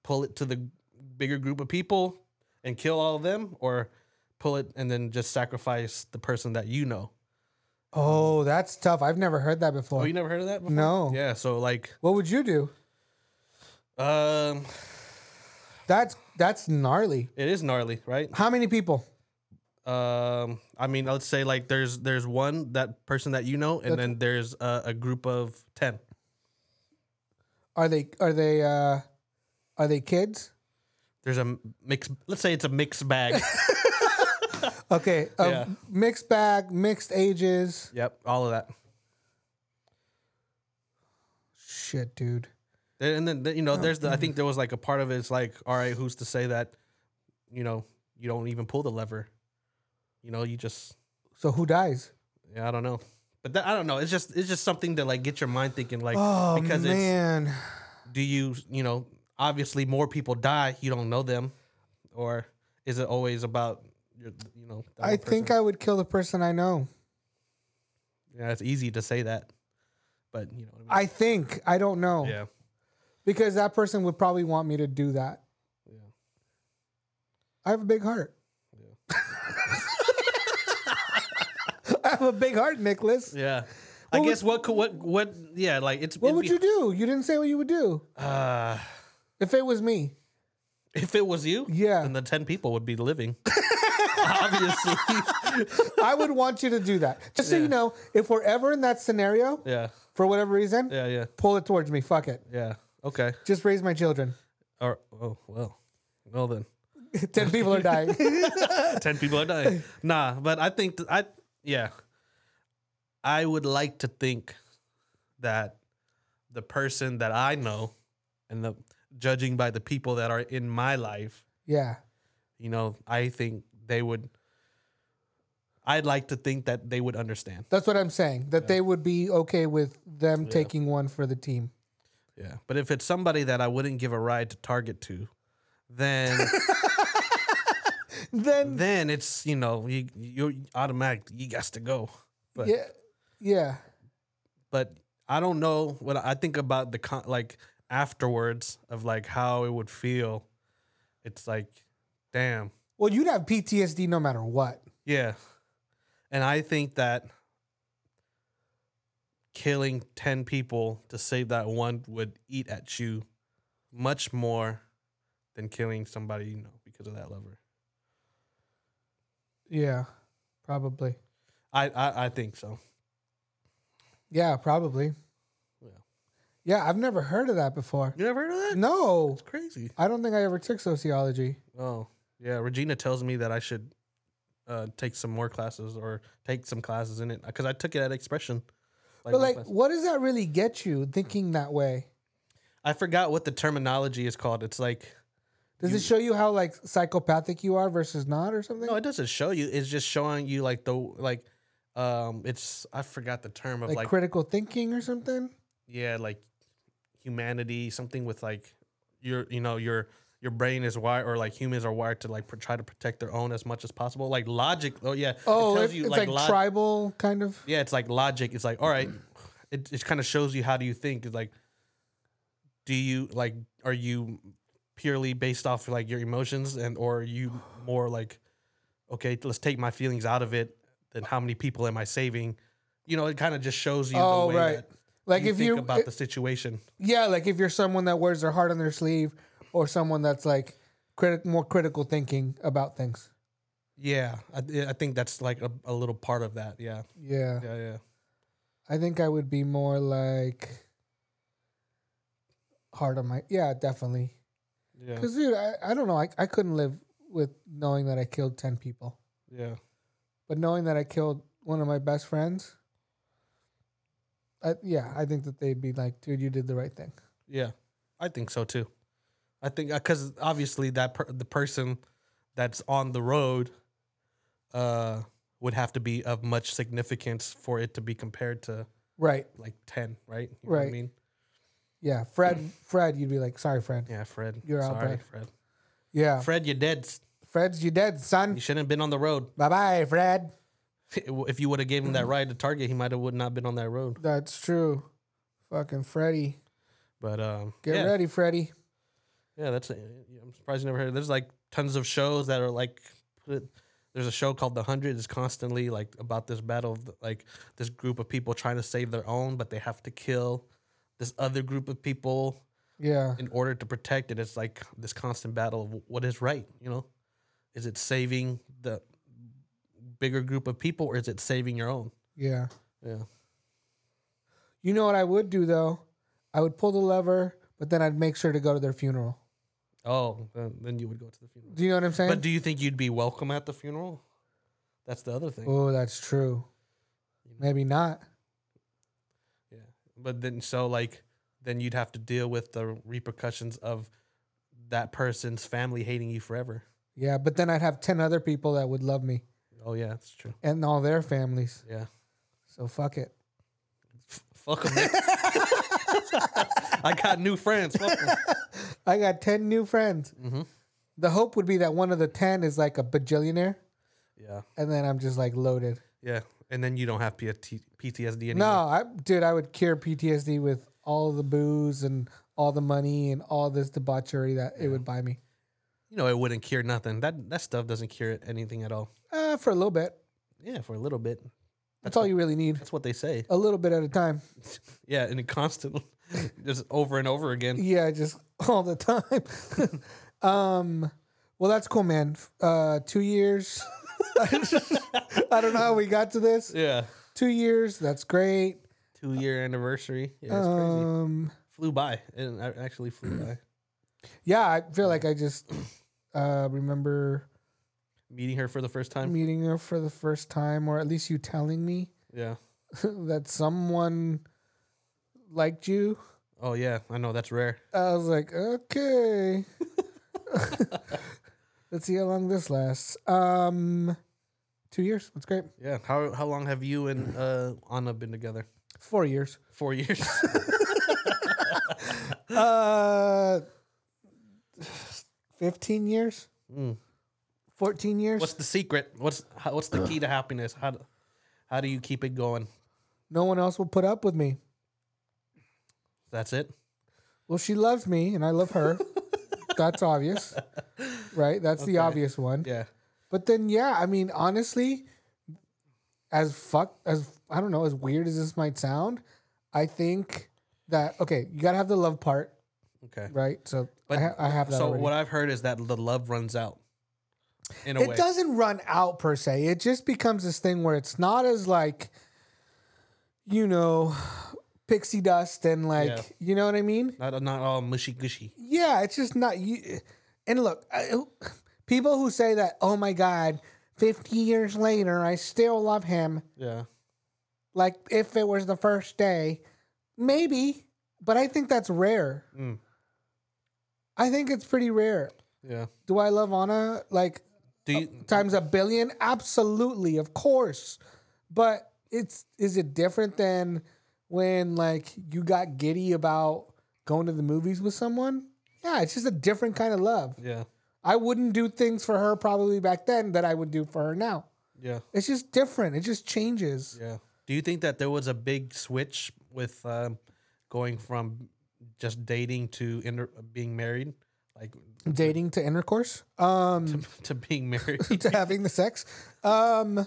pull it to the bigger group of people and kill all of them, or pull it and then just sacrifice the person that you know?
Oh, that's tough. I've never heard that before.
Oh, you never heard of that? Before?
no.
Yeah, so like,
What would you do?
um,
That's that's gnarly.
it is gnarly, right?
How many people?
um i mean let's say like there's there's one that person that you know and then there's uh, a, a group of 10
Are they are they uh are they kids?
there's a m- mix let's say it's a mixed bag
Okay, uh,
Yeah.
mixed bag, mixed ages.
yep all of that
Shit, dude.
There- and then there-
Oh,
you know there's the i think there was like a part of it, it's like all right who's to say that you know you don't even pull the lever you know you just
So who dies?
yeah i don't know but that, i don't know it's just it's just something to like get your mind thinking like
Oh
because it's
man,
do you you know obviously more people die you don't know them or is it always about your, you know that
I
one
think
person?
I would kill the person I know.
Yeah, it's easy to say that, but you know. What I
I think I don't know
mean? yeah,
because that person would probably want me to do that.
Yeah.
I have a big heart. I have a big heart, Nicholas.
yeah. I
would-
guess what could what what yeah like it's
What
it'd
would
be-
you do? You didn't say what you would do
Uh,
if it was me.
if it was you,
Yeah.
then the ten people would be living. Obviously,
I would want you to do that. Just so you
Yeah.
know, if we're ever in that scenario
yeah,
for whatever reason,
yeah, yeah,
pull it towards me. Fuck it.
yeah. Okay,
Just raise my children.
or oh well, well then,
Ten people are dying.
ten people are dying. Nah, but I think th- I yeah, I would like to think that the person that I know, and the judging by the people that are in my life,
yeah.
you know, I think they would. I'd like to think that they would understand.
That's what I'm saying. That they would be okay with them taking one for the team.
Yeah. But if it's somebody that I wouldn't give a ride to Target to, then
Then
then it's you know you you automatic you got to go. But
yeah, yeah,
but I don't know what I think about the con- like afterwards of like how it would feel. It's like, damn,
Well, you'd have PTSD no matter what.
yeah. And I think that killing ten people to save that one would eat at you much more than killing somebody you know because of that lover.
Yeah, probably.
I I, I think so.
Yeah, probably.
Yeah.
Yeah, I've never heard of that before.
You ever heard of that?
No,
It's crazy.
I don't think I ever took sociology.
Oh, yeah. Regina tells me that I should uh, take some more classes or take some classes in it because I took it at Expression.
But
Like, one
like,
class.
what does that really get you thinking that way?
I forgot what the terminology is called. It's like,
Does it show you how like psychopathic you are versus not or something?
no, it doesn't show you. It's just showing you like the, like, um, it's, I forgot the term of
like,
like,
critical thinking or something?
yeah, like humanity, something with like your, you know, your, your brain is wired, or like humans are wired to like pr- try to protect their own as much as possible. Like logic. Oh, yeah. it
Oh,
tells
it-
you,
it's like,
log-
tribal kind of.
yeah, it's like logic. It's like, all right, it, it kind of shows you how do you think. It's like, do you like, are you purely based off like your emotions and, or are you more like, okay, let's take my feelings out of it. Then how many people am I saving? You know, it kind of just shows you
Oh,
the way
right.
that
Like
you
if
think
you
about the situation.
yeah, like if you're someone that wears their heart on their sleeve, or someone that's like critic more critical thinking about things.
Yeah, I, I think that's like a, a little part of that. Yeah,
Yeah.
yeah, yeah.
I think I would be more like hard on my yeah, definitely.
Yeah,
Because dude, I, I don't know, I I couldn't live with knowing that I killed ten people,
yeah,
but knowing that I killed one of my best friends. I, yeah, I think that they'd be like, dude, you did the right thing.
yeah. I think so too. I think because obviously that per, the person that's on the road uh, would have to be of much significance for it to be compared to
Right.
like ten, right? You know what I
Right.
mean,
Yeah, Fred. Fred, you'd be like, sorry, Fred.
yeah, Fred.
You're out,
Sorry,
Brad.
Fred.
Yeah,
Fred, you're dead.
Fred's you dead,
You
son.
shouldn't have been on the road.
Bye bye, Fred.
If you would have gave him that ride to Target, he might have would not been on that road.
That's true. Fucking Freddy,
But um,
get
yeah.
ready, Freddy.
Yeah, that's. I'm surprised you never heard. There's like tons of shows that are like. Put it, there's a show called The Hundred. It's constantly like about this battle of like this group of people trying to save their own, but they have to kill this other group of people
Yeah,
in order to protect it. It's like this constant battle of what is right. You know, is it saving the bigger group of people or is it saving your own?
yeah.
Yeah.
You know what I would do though? I would pull the lever, but then I'd make sure to go to their funeral.
Oh, then then you would go to the funeral.
Do you know what I'm saying?
But do you think you'd be welcome at the funeral? That's the other thing.
oh, that's true. Maybe not.
Yeah. But then so like then you'd have to deal with the repercussions of that person's family hating you forever.
Yeah, but then I'd have 10 other people that would love me
Oh yeah, that's true.
and all their families.
Yeah.
So fuck it.
F- fuck 'em, man. I got new friends. Fuck 'em.
I got 10 new friends.
Mhm.
The hope would be that one of the 10 is like a bajillionaire,
Yeah.
and then I'm just like loaded.
Yeah. And then you don't have PT- PTSD
No,
anymore.
I, dude, I would cure PTSD with all the booze and all the money and all this debauchery that it would buy me
You know, it wouldn't cure nothing. That that stuff doesn't cure anything at all.
uh, for a little bit.
Yeah, for a little bit.
That's all you really need.
That's what they say.
A little bit at a time.
Yeah, and it constant just over and over again.
Yeah, just all the time. um, well, that's cool, man. F- Uh, two years. I don't know how we got to this.
Yeah.
Two years. That's great.
2 year anniversary. Yeah, it's crazy.
Um,
flew by and I actually flew by
yeah, I feel like I just uh, remember
meeting her for the first time
meeting her for the first time, or at least you telling me
yeah
that someone liked you.
oh yeah i know that's rare
I was like, okay. Let's see how long this lasts. Um, Two years. That's great.
Yeah. How how long have you and uh Anna been together?
Four years.
Four years.
Uh, fifteen years.
Mm.
Fourteen years.
what's the secret? What's how, what's the key to happiness? How do, how do you keep it going?
no one else will put up with me.
That's it.
Well, she loves me, and I love her. That's obvious, right? That's the obvious one.
Yeah.
But then, yeah, I mean, honestly, as fuck as I don't know, as weird as this might sound, I think that okay, you gotta have the love part,
Okay.
right? So
But-
I, ha- I have that.
So
already.
what I've heard is that the love runs out. In a
it
way.
doesn't run out per se. It just becomes this thing where it's not as like, you know, pixie dust and like,
Yeah.
you know what I mean?
Not not all mushy gushy.
Yeah, it's just not you. And look, I- people who say that, oh my god, fifty years later, I still love him.
Yeah.
like if it was the first day, maybe, but I think that's rare.
Mm.
I think it's pretty rare.
Yeah.
Do I love Anna like
Do you
times a billion? Absolutely, of course. But it's is it different than when like you got giddy about going to the movies with someone? Yeah, it's just a different kind of love.
Yeah.
I wouldn't do things for her probably back then that I would do for her now.
Yeah.
It's just different. It just changes.
Yeah. Do you think that there was a big switch with um, going from just dating to inter- being married, like
Dating to intercourse. Um
to being married,
to having the sex. Um,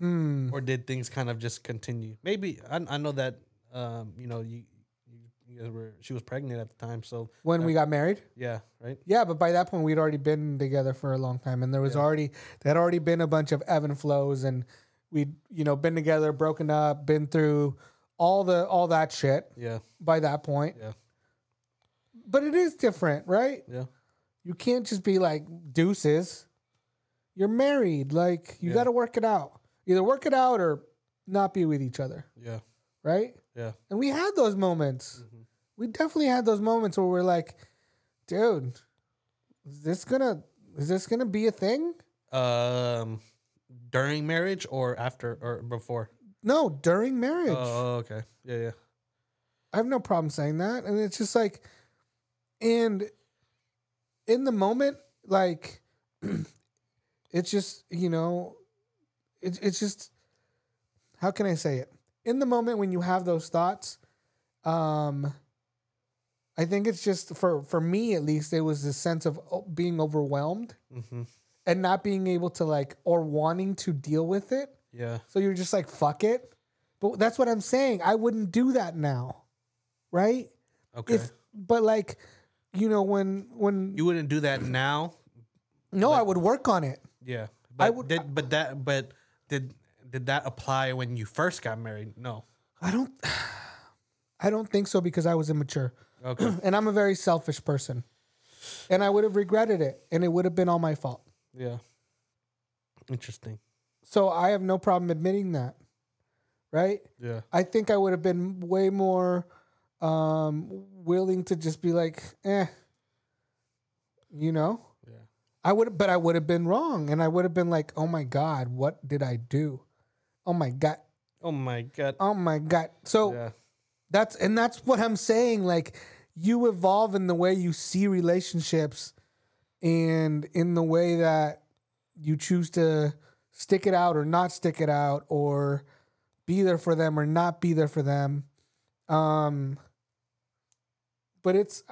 Mm.
or did things kind of just continue? Maybe I, I know that um, you know you, you you guys were she was pregnant at the time, so
when we got married,
yeah, right.
yeah, but by that point we'd already been together for a long time, and there was already there had already been a bunch of ebb and flows, and we'd you know been together, broken up, been through all the all that shit
Yeah,
by that point.
Yeah.
But it is different, right?
yeah,
You can't just be like deuces. You're married, like you
Yeah.
got to work it out. Either work it out or not be with each other,
yeah,
right?
yeah,
And we had those moments. We definitely had those moments where we're like, dude, is this gonna is this gonna be a thing?
Um, during marriage or after or before?
No, during marriage.
Oh, okay. Yeah, yeah,
I have no problem saying that. And it's just like and in the moment, like it's just, you know, it, it's just how can I say it? In the moment when you have those thoughts, um I think it's just for for me at least it was this sense of o- being overwhelmed
mm-hmm.
and not being able to like or wanting to deal with it.
yeah,
So you're just like fuck it. But that's what I'm saying. I wouldn't do that now. Right?
okay.
If but like you know when when
you wouldn't do that now.
no, I would work on it.
Yeah, but I
would-
would. Did, but that. But did did that apply when you first got married? No.
I don't I don't think so because I was immature.
Okay.
And I'm a very selfish person. And I would have regretted it and it would have been all my fault.
yeah. Interesting.
So I have no problem admitting that. Right?
Yeah.
I think I would have been way more um, willing to just be like, eh, you know.
Yeah.
I would, but I would have been wrong, and I would have been like, oh my god, what did I do? Oh my god,
Oh my god.
oh my god. So
Yeah.
that's and that's what I'm saying. Like, you evolve in the way you see relationships, and in the way that you choose to stick it out or not stick it out, or be there for them or not be there for them. Um, but it's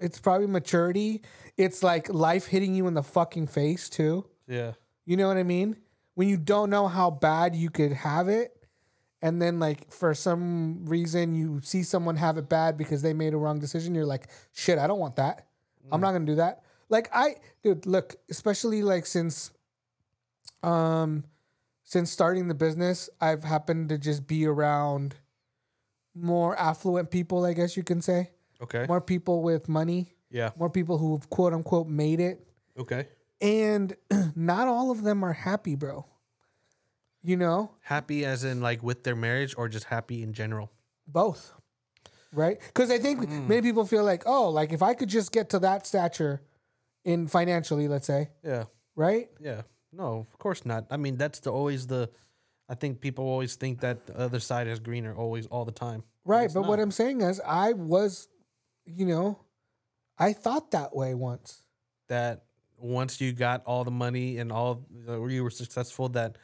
it's probably maturity. It's like life hitting you in the fucking face too.
Yeah.
You know what I mean? When you don't know how bad you could have it, and then like for some reason you see someone have it bad because they made a wrong decision, you're like, shit, I don't want that. I'm not gonna do that. Like I, dude, look, especially like since, um, since starting the business, I've happened to just be around more affluent people, I guess you can say,
Okay.
more people with money,
Yeah.
more people who've quote unquote made it
Okay.
and not all of them are happy, bro. You know,
Happy as in like with their marriage or just happy in general.
both, right? Because I think
Mm.
many people feel like, oh, like if I could just get to that stature in financially, let's say,
Yeah.
right?
Yeah. No, of course not. I mean, that's the always the. I think people always think that the other side is greener always all the time.
Right,
It's
but what
not.
I'm saying is, I was, you know, I thought that way once.
that once you got all the money and all or you were successful that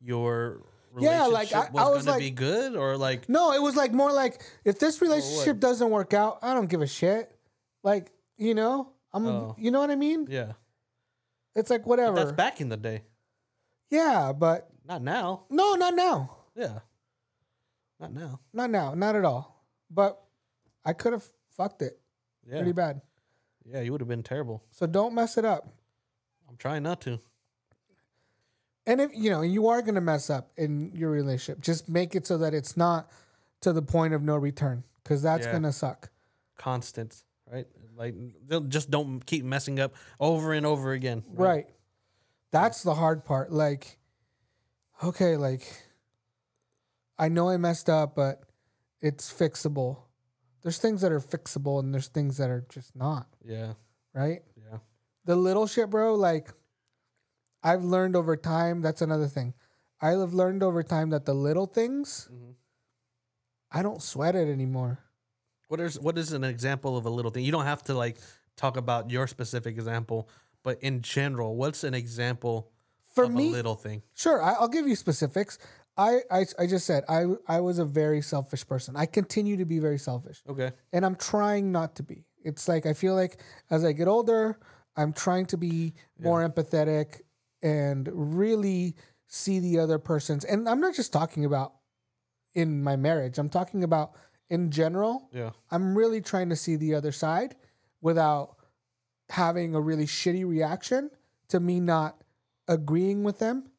your
Yeah,
relationship
like, I-
was,
I was
gonna
like-
be good or like
No, it was like more like if this relationship doesn't work out, I don't give a shit. Like you know, I'm,
Oh.
you know what I mean?
yeah.
It's like
But
whatever.
that's back in the day.
Yeah, but
Not now.
no, not now,
Yeah. Not now.
not now, not at all. But I could have fucked it
Yeah.
pretty bad.
Yeah, you would have been terrible.
So don't mess it up.
I'm trying not to.
And if you know you are gonna mess up in your relationship, just make it so that it's not to the point of no return, because that's
Yeah.
gonna suck.
Constant, right? Like they'll- just don't keep messing up over and over again.
Right. That's the hard part. Like, okay, like, I know I messed up, but it's fixable. There's things that are fixable and there's things that are just not,
Yeah.
right?
Yeah.
The little shit, bro, like, I've learned over time. That's another thing. I have learned over time that the little things,
Mhm.
I don't sweat it anymore.
What is what is an example of a little thing? You don't have to like talk about your specific example, but in general, what's an example
For
of
me,
a little thing?
Sure, I, I'll give you specifics. I, I, I just said I, I was a very selfish person. I continue to be very selfish,
Okay.
and I'm trying not to be. It's like I feel like as I get older, I'm trying to be more empathetic and really see the other person's. And I'm not just talking about in my marriage. I'm talking about in general.
Yeah.
I'm really trying to see the other side without having a really shitty reaction to me not agreeing with them.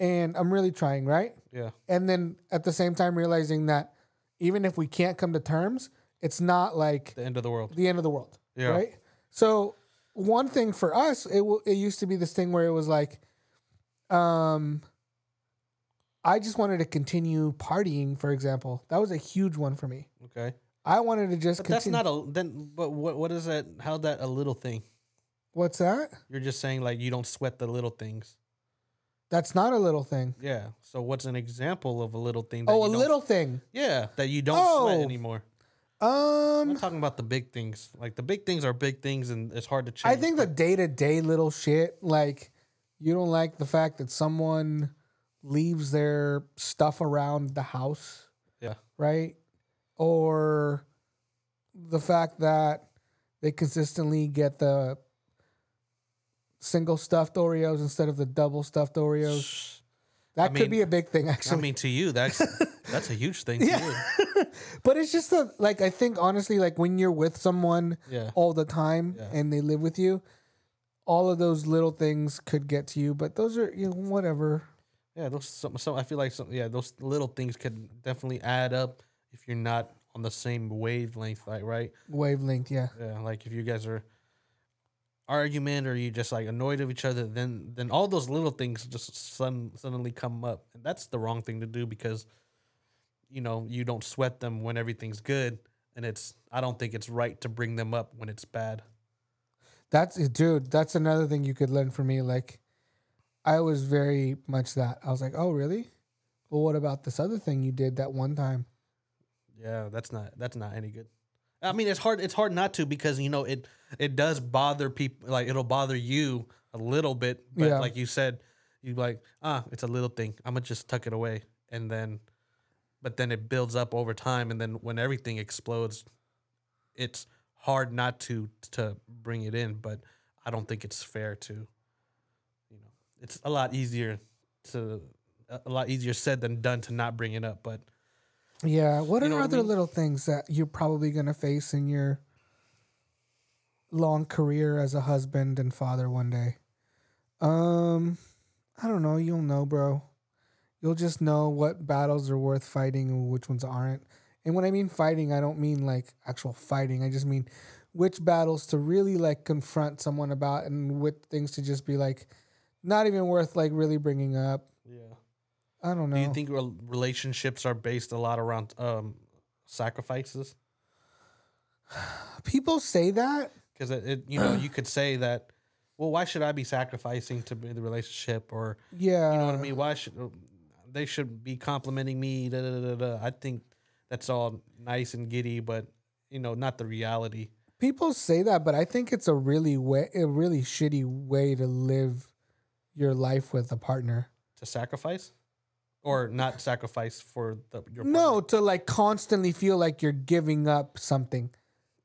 And I'm really trying, right?
Yeah.
And then at the same time, realizing that even if we can't come to terms, it's not like
The end of the world.
the end of the world,
Yeah.
right? So, one thing for us, it, w- it used to be this thing where it was like, um, I just wanted to continue partying, for example. That was a huge one for me.
Okay.
I wanted to just
But that's
continue.
not a then but what what is that how that a little thing?
What's that?
You're just saying like you don't sweat the little things.
That's not a little thing.
Yeah. So what's an example of a little thing that
Oh,
you
a
don't-
little thing.
Yeah, that you don't sweat
Oh.
anymore. I'm
Um,
talking about the big things. Like the big things are big things and it's hard to change.
I think the day to day little shit, like you don't like the fact that someone leaves their stuff around the house,
Yeah.
right? Or the fact that they consistently get the single stuffed Oreos instead of the double stuffed Oreos. That could
mean-
be a big thing, actually.
I mean to you that's that's a huge thing to you.
but it's just the like I think honestly, like when you're with someone
Yeah.
all the time
Yeah.
and they live with you, all of those little things could get to you. But those are you know, whatever.
Yeah, those some, some I feel like some yeah, those little things could definitely add up if you're not on the same wavelength, like right?
Wavelength, yeah.
Yeah, like if you guys are argument or you just like annoyed of each other, then then all those little things just sudden, suddenly come up, and that's the wrong thing to do because you know you don't sweat them when everything's good, and it's I don't think it's right to bring them up when it's bad.
That's dude, that's another thing you could learn from me. Like I was very much that. I was like, Oh really? Well what about this other thing you did that one time?
Yeah, that's not that's not any good. I mean, it's hard it's hard not to because you know it it does bother people. Like it'll bother you a little bit, but
Yeah.
like you said, you like ah, it's a little thing. I'm gonna just tuck it away, and then, but then it builds up over time, and then when everything explodes, it's hard not to to bring it in. But I don't think it's fair to, you know, it's a lot easier to a a lot easier said than done to not bring it up, but.
Yeah. What
You know
are
what I
other
mean?
little things that you're probably gonna face in your long career as a husband and father one day? Um, I don't know. You'll know, bro. You'll just know what battles are worth fighting and which ones aren't. And when I mean fighting, I don't mean like actual fighting. I just mean which battles to really like confront someone about and which things to just be like not even worth like really bringing up.
Yeah.
I don't know.
Do you think rel- relationships are based a lot around um, sacrifices?
people say that?
Because it, it, you know, you could say that well, why should I be sacrificing to be in the relationship or
Yeah.
you know what I mean? Why should uh, they should be complimenting me? Da, da, da, da. da. I think that's all nice and giddy, but you know, not the reality.
People say that, but I think it's a really way, a really shitty way to live your life with a partner.
To sacrifice, or not sacrifice for the your
No,
partner.
to like constantly feel like you're giving up something.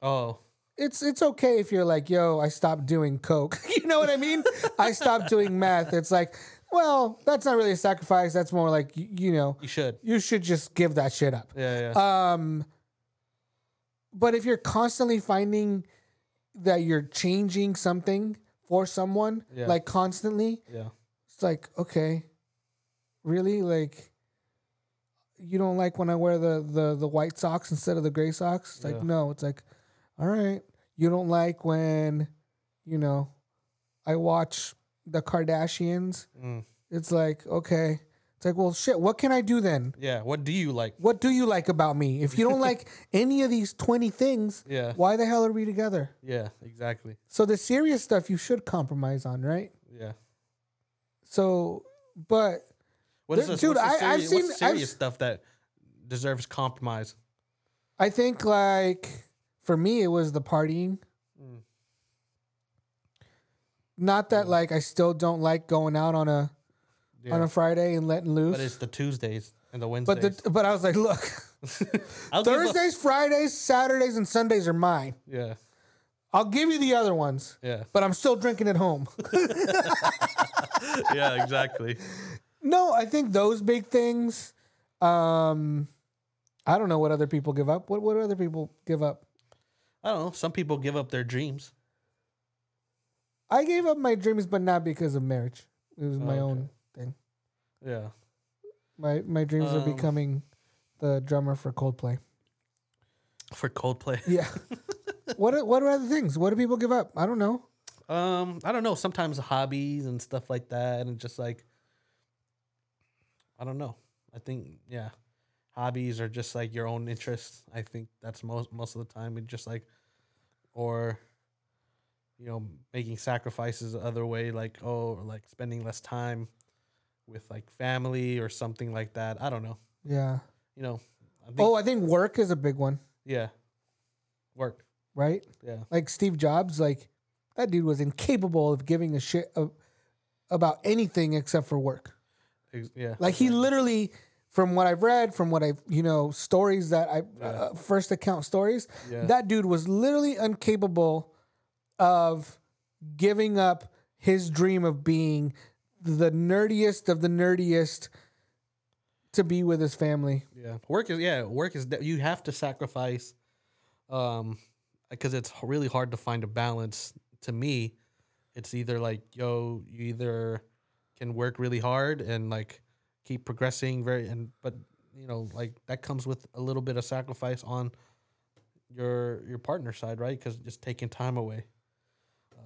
Oh,
It's it's okay if you're like, yo, I stopped doing coke. you know what I mean? I stopped doing meth. It's like, well, that's not really a sacrifice. That's more like y- you know,
you should.
you should just give that shit up.
Yeah, yeah.
Um, but if you're constantly finding that you're changing something for someone,
Yeah.
like constantly,
yeah.
it's like, okay, really? Like, you don't like when I wear the, the, the white socks instead of the gray socks? It's like,
Yeah.
no. It's like, all right. You don't like when, you know, I watch the Kardashians?
Mm.
It's like, okay. It's like, well, shit, what can I do then?
Yeah. What do you like?
What do you like about me? If you don't like any of these 20 things,
Yeah.
why the hell are we together?
Yeah. Exactly.
So the serious stuff you should compromise on, right?
Yeah.
So, but
What is
There-
this?
dude,
what's the
I- I've
serious,
seen-
what's
I've
serious
s-
stuff that deserves compromise.
I think like for me, it was the partying.
Mm.
Not that like I still don't like going out on a
Yeah.
on a Friday and letting loose.
but it's the Tuesdays and the Wednesdays.
but the, but I was like, look,
I'll give up-
Thursdays, Fridays, Saturdays, and Sundays are mine.
Yeah.
I'll give you the other ones,
Yeah.
but I'm still drinking at home.
Yeah. Exactly.
No, I think those big things. Um, I don't know what other people give up. What what do other people give up?
I don't know. Some people give up their dreams.
I gave up my dreams, but not because of marriage. It was my
Oh, Okay.
own thing.
Yeah.
My my dreams of
Um,
becoming the drummer for Coldplay.
For Coldplay.
Yeah. what are, what are other things? What do people give up? I don't know.
Um, I don't know. Sometimes hobbies and stuff like that, and just like, I don't know. I think yeah, hobbies are just like your own interests. I think that's most most of the time. It just like, or, you know, making sacrifices the other way, like oh, or like spending less time with like family or something like that. I don't know.
Yeah.
You know, I think
Oh, I think work is a big one,
yeah, work.
right?
Yeah,
Like Steve Jobs, like that dude was incapable of giving a shit of, about anything except for work.
ex- yeah,
Like he literally, from what I've read, from what I've you know stories that I uh, first account stories,
Yeah.
that dude was literally incapable of giving up his dream of being the nerdiest of the nerdiest to be with his family.
Yeah, work is yeah, work is de- you have to sacrifice, um, because it's h- really hard to find a balance. To me, it's either like yo, you either can work really hard and like keep progressing very, and but you know like that comes with a little bit of sacrifice on your your partner side, right? Because just taking time away um,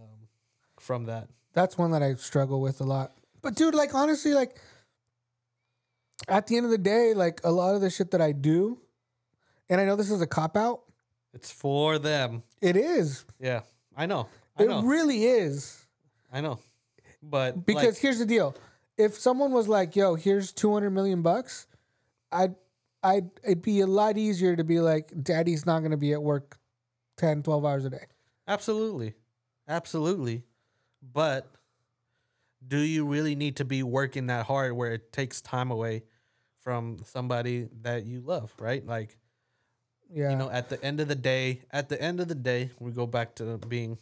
from that.
That's one that I struggle with a lot. But dude, like honestly, like at the end of the day, like a lot of the shit that I do, and I know this is a cop out.
It's for them.
It is.
Yeah, I know. I
It
know.
really is.
I know. But like,
Because here's the deal: if someone was like, "Yo, here's two hundred million bucks," I'd, I'd, it'd be a lot easier to be like, "Daddy's not gonna be at work 10, 12 hours a day."
Absolutely. Absolutely. But do you really need to be working that hard where it takes time away from somebody that you love, right? Like,
Yeah,
you know, at the end of the day, at the end of the day, we go back to being,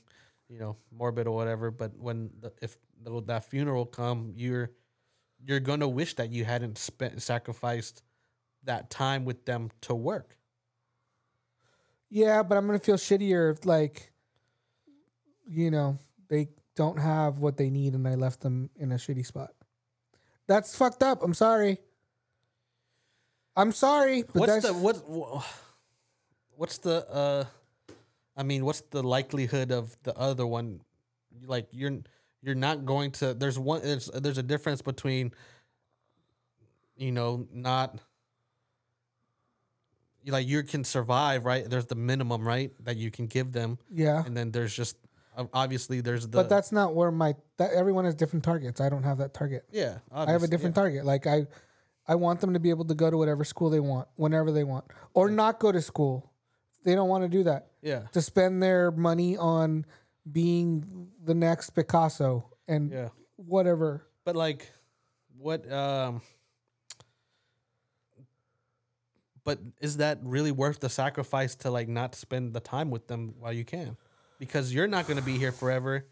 you know, morbid or whatever, but when the, if the, that funeral come, you're you're going to wish that you hadn't spent sacrificed that time with them to work.
yeah, but I'm gonna feel shittier if like, you know, they don't have what they need, and I left them in a shitty spot. That's fucked up. I'm sorry. I'm sorry, but
what's
that's
the what wha- what's the uh i mean what's the likelihood of the other one like you're you're not going to there's one there's there's a difference between you know not like you can survive right there's the minimum right that you can give them
yeah.
and then there's just ob- obviously there's the
but that's not where my that, everyone has different targets. I don't have that target.
yeah.
I have a different target. Like I, I want them to be able to go to whatever school they want, whenever they want, or not go to school. They don't want to do that.
yeah.
To spend their money on being the next Picasso and
Yeah.
whatever.
But like, what? Um, but is that really worth the sacrifice to like not spend the time with them while you can? Because you're not going to be here forever,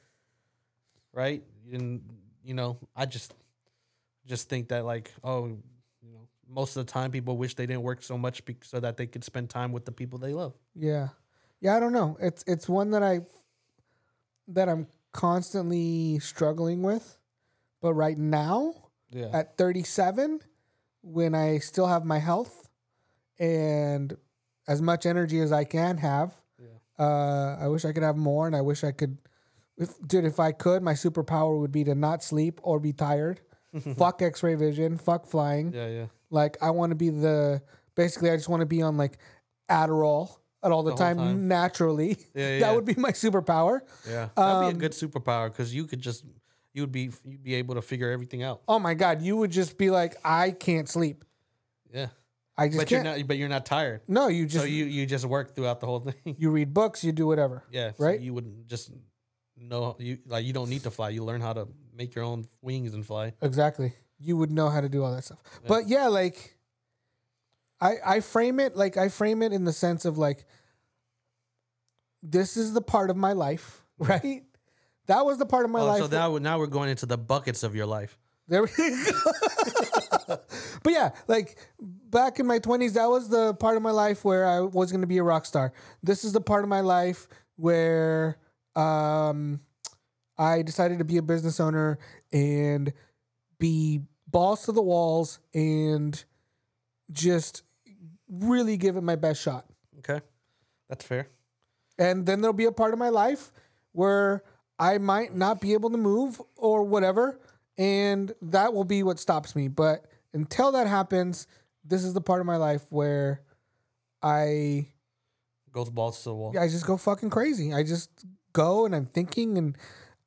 right? And you know, I just just think that like, oh, you know, most of the time people wish they didn't work so much bec so that they could spend time with the people they love.
Yeah, yeah. I don't know. It's it's one that I that I'm constantly struggling with, but right now
Yeah.
at 37 when I still have my health and as much energy as I can have. Uh, I wish I could have more, and I wish I could. If, dude, if I could, my superpower would be to not sleep or be tired. fuck X ray vision. Fuck flying.
yeah. Yeah.
Like I want to be the. Basically, I just want to be on like Adderall at all the,
whole
time,
time.
naturally.
Yeah,
that
yeah.
would be my superpower.
Yeah. That'd be a good superpower because you could just you would be you'd be able to figure everything out.
Oh my god, you would just be like, I can't sleep.
Yeah.
I just
But you're
can't.
not. But you're not tired.
no, you just
so you you just work throughout the whole thing.
you read books, you do whatever.
yeah.
Right?
So you would just know you like you don't need to fly. You learn how to make your own wings and fly.
Exactly. You would know how to do all that stuff. But yeah, like I I frame it like I frame it in the sense of like this is the part of my life, right? That was the part of my
Oh,
life.
so now now we're going into the buckets of your life.
There we go. but yeah, like back in my 20s, that was the part of my life where I was going to be a rock star. This is the part of my life where um, I decided to be a business owner and be balls to the walls and just really give it my best shot.
Okay, that's fair.
And then there'll be a part of my life where I might not be able to move or whatever. And that will be what stops me. But until that happens, this is the part of my life where I
Goes balls to the wall.
I just go fucking crazy. I just go and I'm thinking and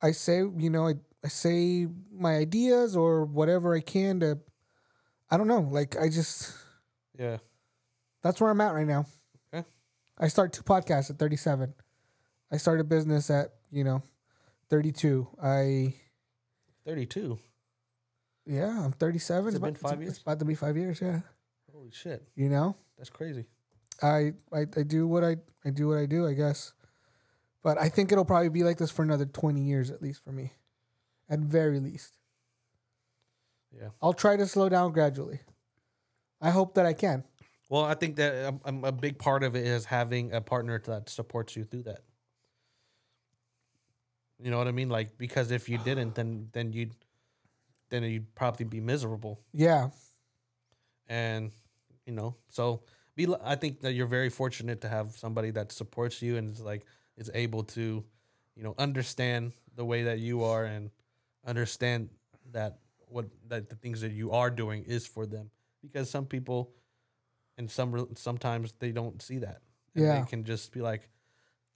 I say, you know, I, I say my ideas or whatever I can to I don't know. Like I just
Yeah.
that's where I'm at right now.
Okay.
I start two podcasts at 37. I start a business at, you know, 32. I,
Thirty-two.
yeah, I'm 37.
Has it
It's about-
been five
it's-
years?
It's about to be five years, yeah.
Holy shit,
You know,
that's crazy.
I, I, I do what I, I do what I do, I guess. But I think it'll probably be like this for another 20 years at least for me. At very least.
Yeah.
I'll try to slow down gradually. I hope that I can.
Well, I think that um, um, a big part of it is having a partner that supports you through that. You know what I mean? Like because if you didn't, then then you'd then you'd probably be miserable.
Yeah.
and you know so be lu- i think that you're very fortunate to have somebody that supports you and is like is able to you know understand the way that you are and understand that what that the things that you are doing is for them because some people and some re- sometimes they don't see that and
Yeah.
they can just be like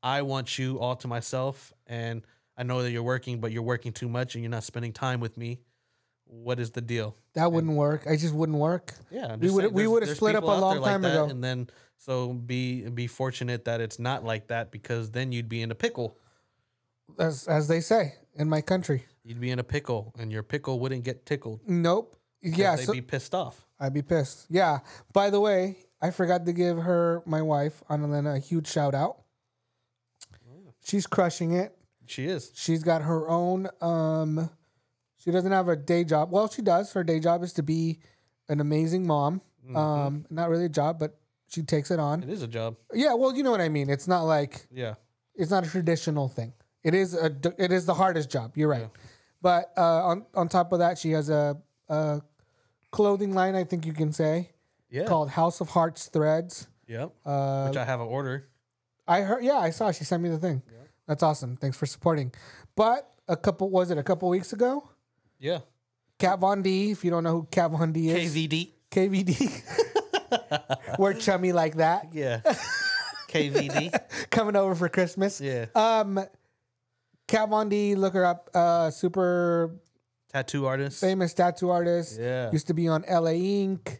i want you all to myself and i know that you're working but you're working too much and you're not spending time with me what is the deal
That wouldn't work. I just wouldn't work.
yeah, I'm
We
just
would-
saying
we
there's-
would've
there's
split up
people
a
out there
long time
that,
ago.
and then so be be fortunate that it's not like that because then you'd be in a pickle.
As, as they say in my country.
You'd be in a pickle, and your pickle wouldn't get tickled. 'cause
Nope. Yeah.
they'd
so-
be pissed off.
I'd be pissed. Yeah. By the way, I forgot to give her, my wife, Annalena, a huge shout out. She's crushing it.
She is.
She's got her own. Um, she doesn't have a day job. Well, she does. Her day job is to be an amazing mom. Um, not really a job, but she takes it on.
It is a job.
Yeah. Well, you know what I mean. It's not like
Yeah,
it's not a traditional thing. It is a it is the hardest job. You're right, but uh, on on top of that, she has a, a clothing line. I think you can say
yeah,
called House of Hearts Threads.
yep.
Uh,
Which I have an order.
I heard, yeah, I saw she sent me the thing. That's awesome. Thanks for supporting. But a couple was it a couple weeks ago?
Yeah,
Kat Von D. If you don't know who Kat Von D is,
KVD.
KVD. We're chummy like that.
Yeah, KVD.
Coming over for Christmas.
Yeah,
Um, Kat Von D, look her up. Uh, super
Tattoo artist.
famous tattoo artist.
Yeah.
Used to be on LA Inc.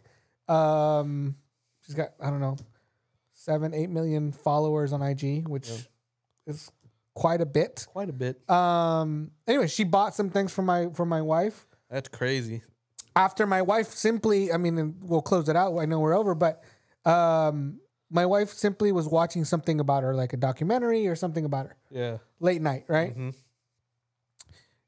Um, she's got I don't know seven eight million followers on IG, which is quite a bit.
Quite a bit.
Um, anyway, she bought some things for my for my wife.
That's crazy.
After my wife simply, I mean, and we'll close it out. I know we're over, but um, my wife simply was watching something about her, like a documentary or something about her
Yeah.
late night, right?
Mhm.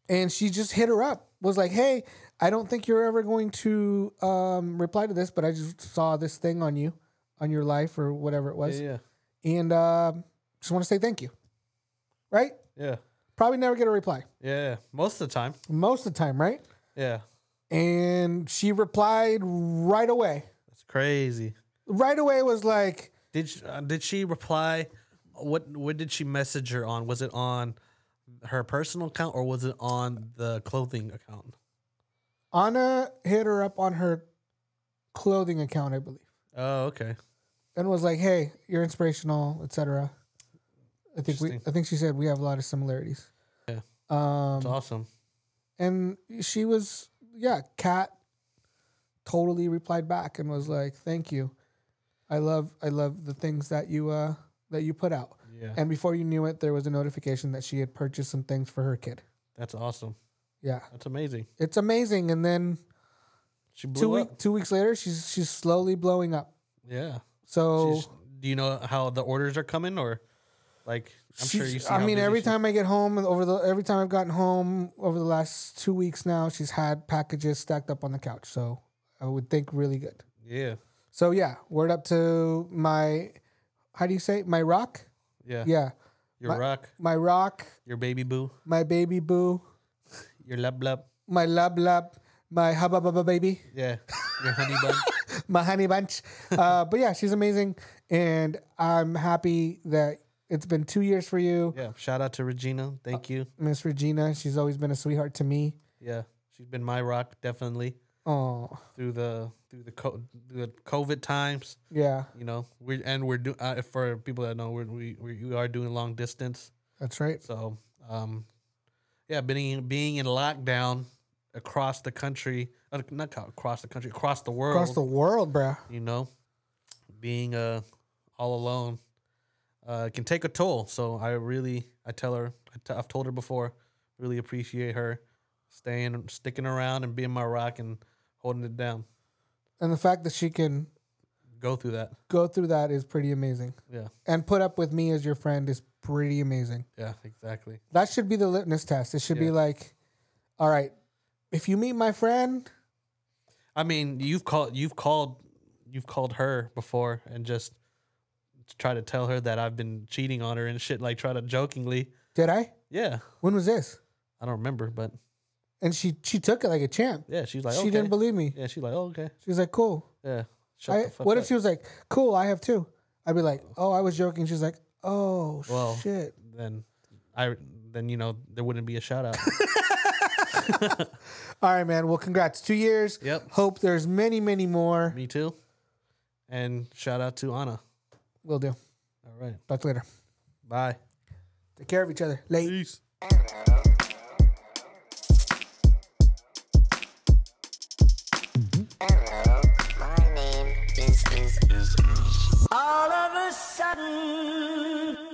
And she just hit her up, was like, "Hey, I don't think you're ever going to um, reply to this, but I just saw this thing on you, on your life or whatever it
Yeah.
was,
Yeah.
and um just want to say thank you." Right?
Yeah.
Probably never get a reply
Yeah. Most of the time.
most of the time, right?
Yeah.
And she replied right away.
That's crazy.
Right away was like,
Did she, uh, did she reply? What what did she message her on? Was it on her personal account or was it on the clothing account?
Anna hit her up on her clothing account, I believe.
Oh, okay.
and was like, "Hey, you're inspirational, etc." I think we,
Interesting.
I think she said we have a lot of similarities.
Yeah.
Um,
That's awesome.
and she was, yeah, Kat totally replied back and was like, "Thank you, I love, I love the things that you, uh, that you put out."
Yeah.
And before you knew it, there was a notification that she had purchased some things for her kid.
That's awesome.
Yeah,
That's amazing.
it's amazing. And then
She blew
two
up.
week, two weeks later, she's she's slowly blowing up.
Yeah.
So
She's- do you know how the orders are coming or like I'm sure
She's-
you see
I
how
mean,
busy
every
she-
time I get home, and over the every time I've gotten home over the last two weeks now, she's had packages stacked up on the couch. So I would think really good.
Yeah.
So yeah, word up to my, how do you say it? my rock?
Yeah.
Yeah,
Your rock,
my rock,
your baby boo,
my baby boo,
your lab lab.
my lub lub, my hubba bubba baby,
Yeah. Your honey bun.
my honey bunch. uh, but yeah, she's amazing, and I'm happy that it's been two years for you,
Yeah. Shout out to Regina. Thank
Uh,
you.
Miss Regina. She's always been a sweetheart to me.
Yeah. She's been my rock definitely
Oh
through the through the co- through the COVID times.
yeah,
You know, we and we're doing uh, for people that know we're, we we we are doing long distance.
that's right.
So, um, yeah, being being in lockdown across the country, uh, not co- across the country, across the world.
across the world, bruh.
you know, being uh all alone uh can take a toll. So I really I tell her I t- I've told her before, really appreciate her staying sticking around and being my rock and holding it down.
And the fact that she can
Go through that.
go through that is pretty amazing.
Yeah.
And put up with me as your friend is pretty amazing.
Yeah, exactly.
That should be the litmus test. It should be
Yeah.
like, all right, if you meet my friend,
I mean, you've called you've called you've called her before and just try to tell her that I've been cheating on her and shit like try to jokingly.
did I?
Yeah.
When was this?
I don't remember, but
And she she took it like a champ.
yeah, she's like
she
okay.
didn't believe me.
yeah, she's like, oh, okay.
She was like, cool.
Yeah. Shut
I,
the fuck
what
up.
if she was like, cool, I have two? I'd be like, oh, I was joking. She's like, oh,
Well,
shit.
then I then you know there wouldn't be a shout out.
All right, man. Well, congrats. Two years.
Yep.
Hope there's many, many more.
Me too. And shout out to Anna.
We'll do.
All right.
Talk to you later.
Bye.
Take care of each other. Late.
Peace.
Hello, my name is is is.
All of a sudden.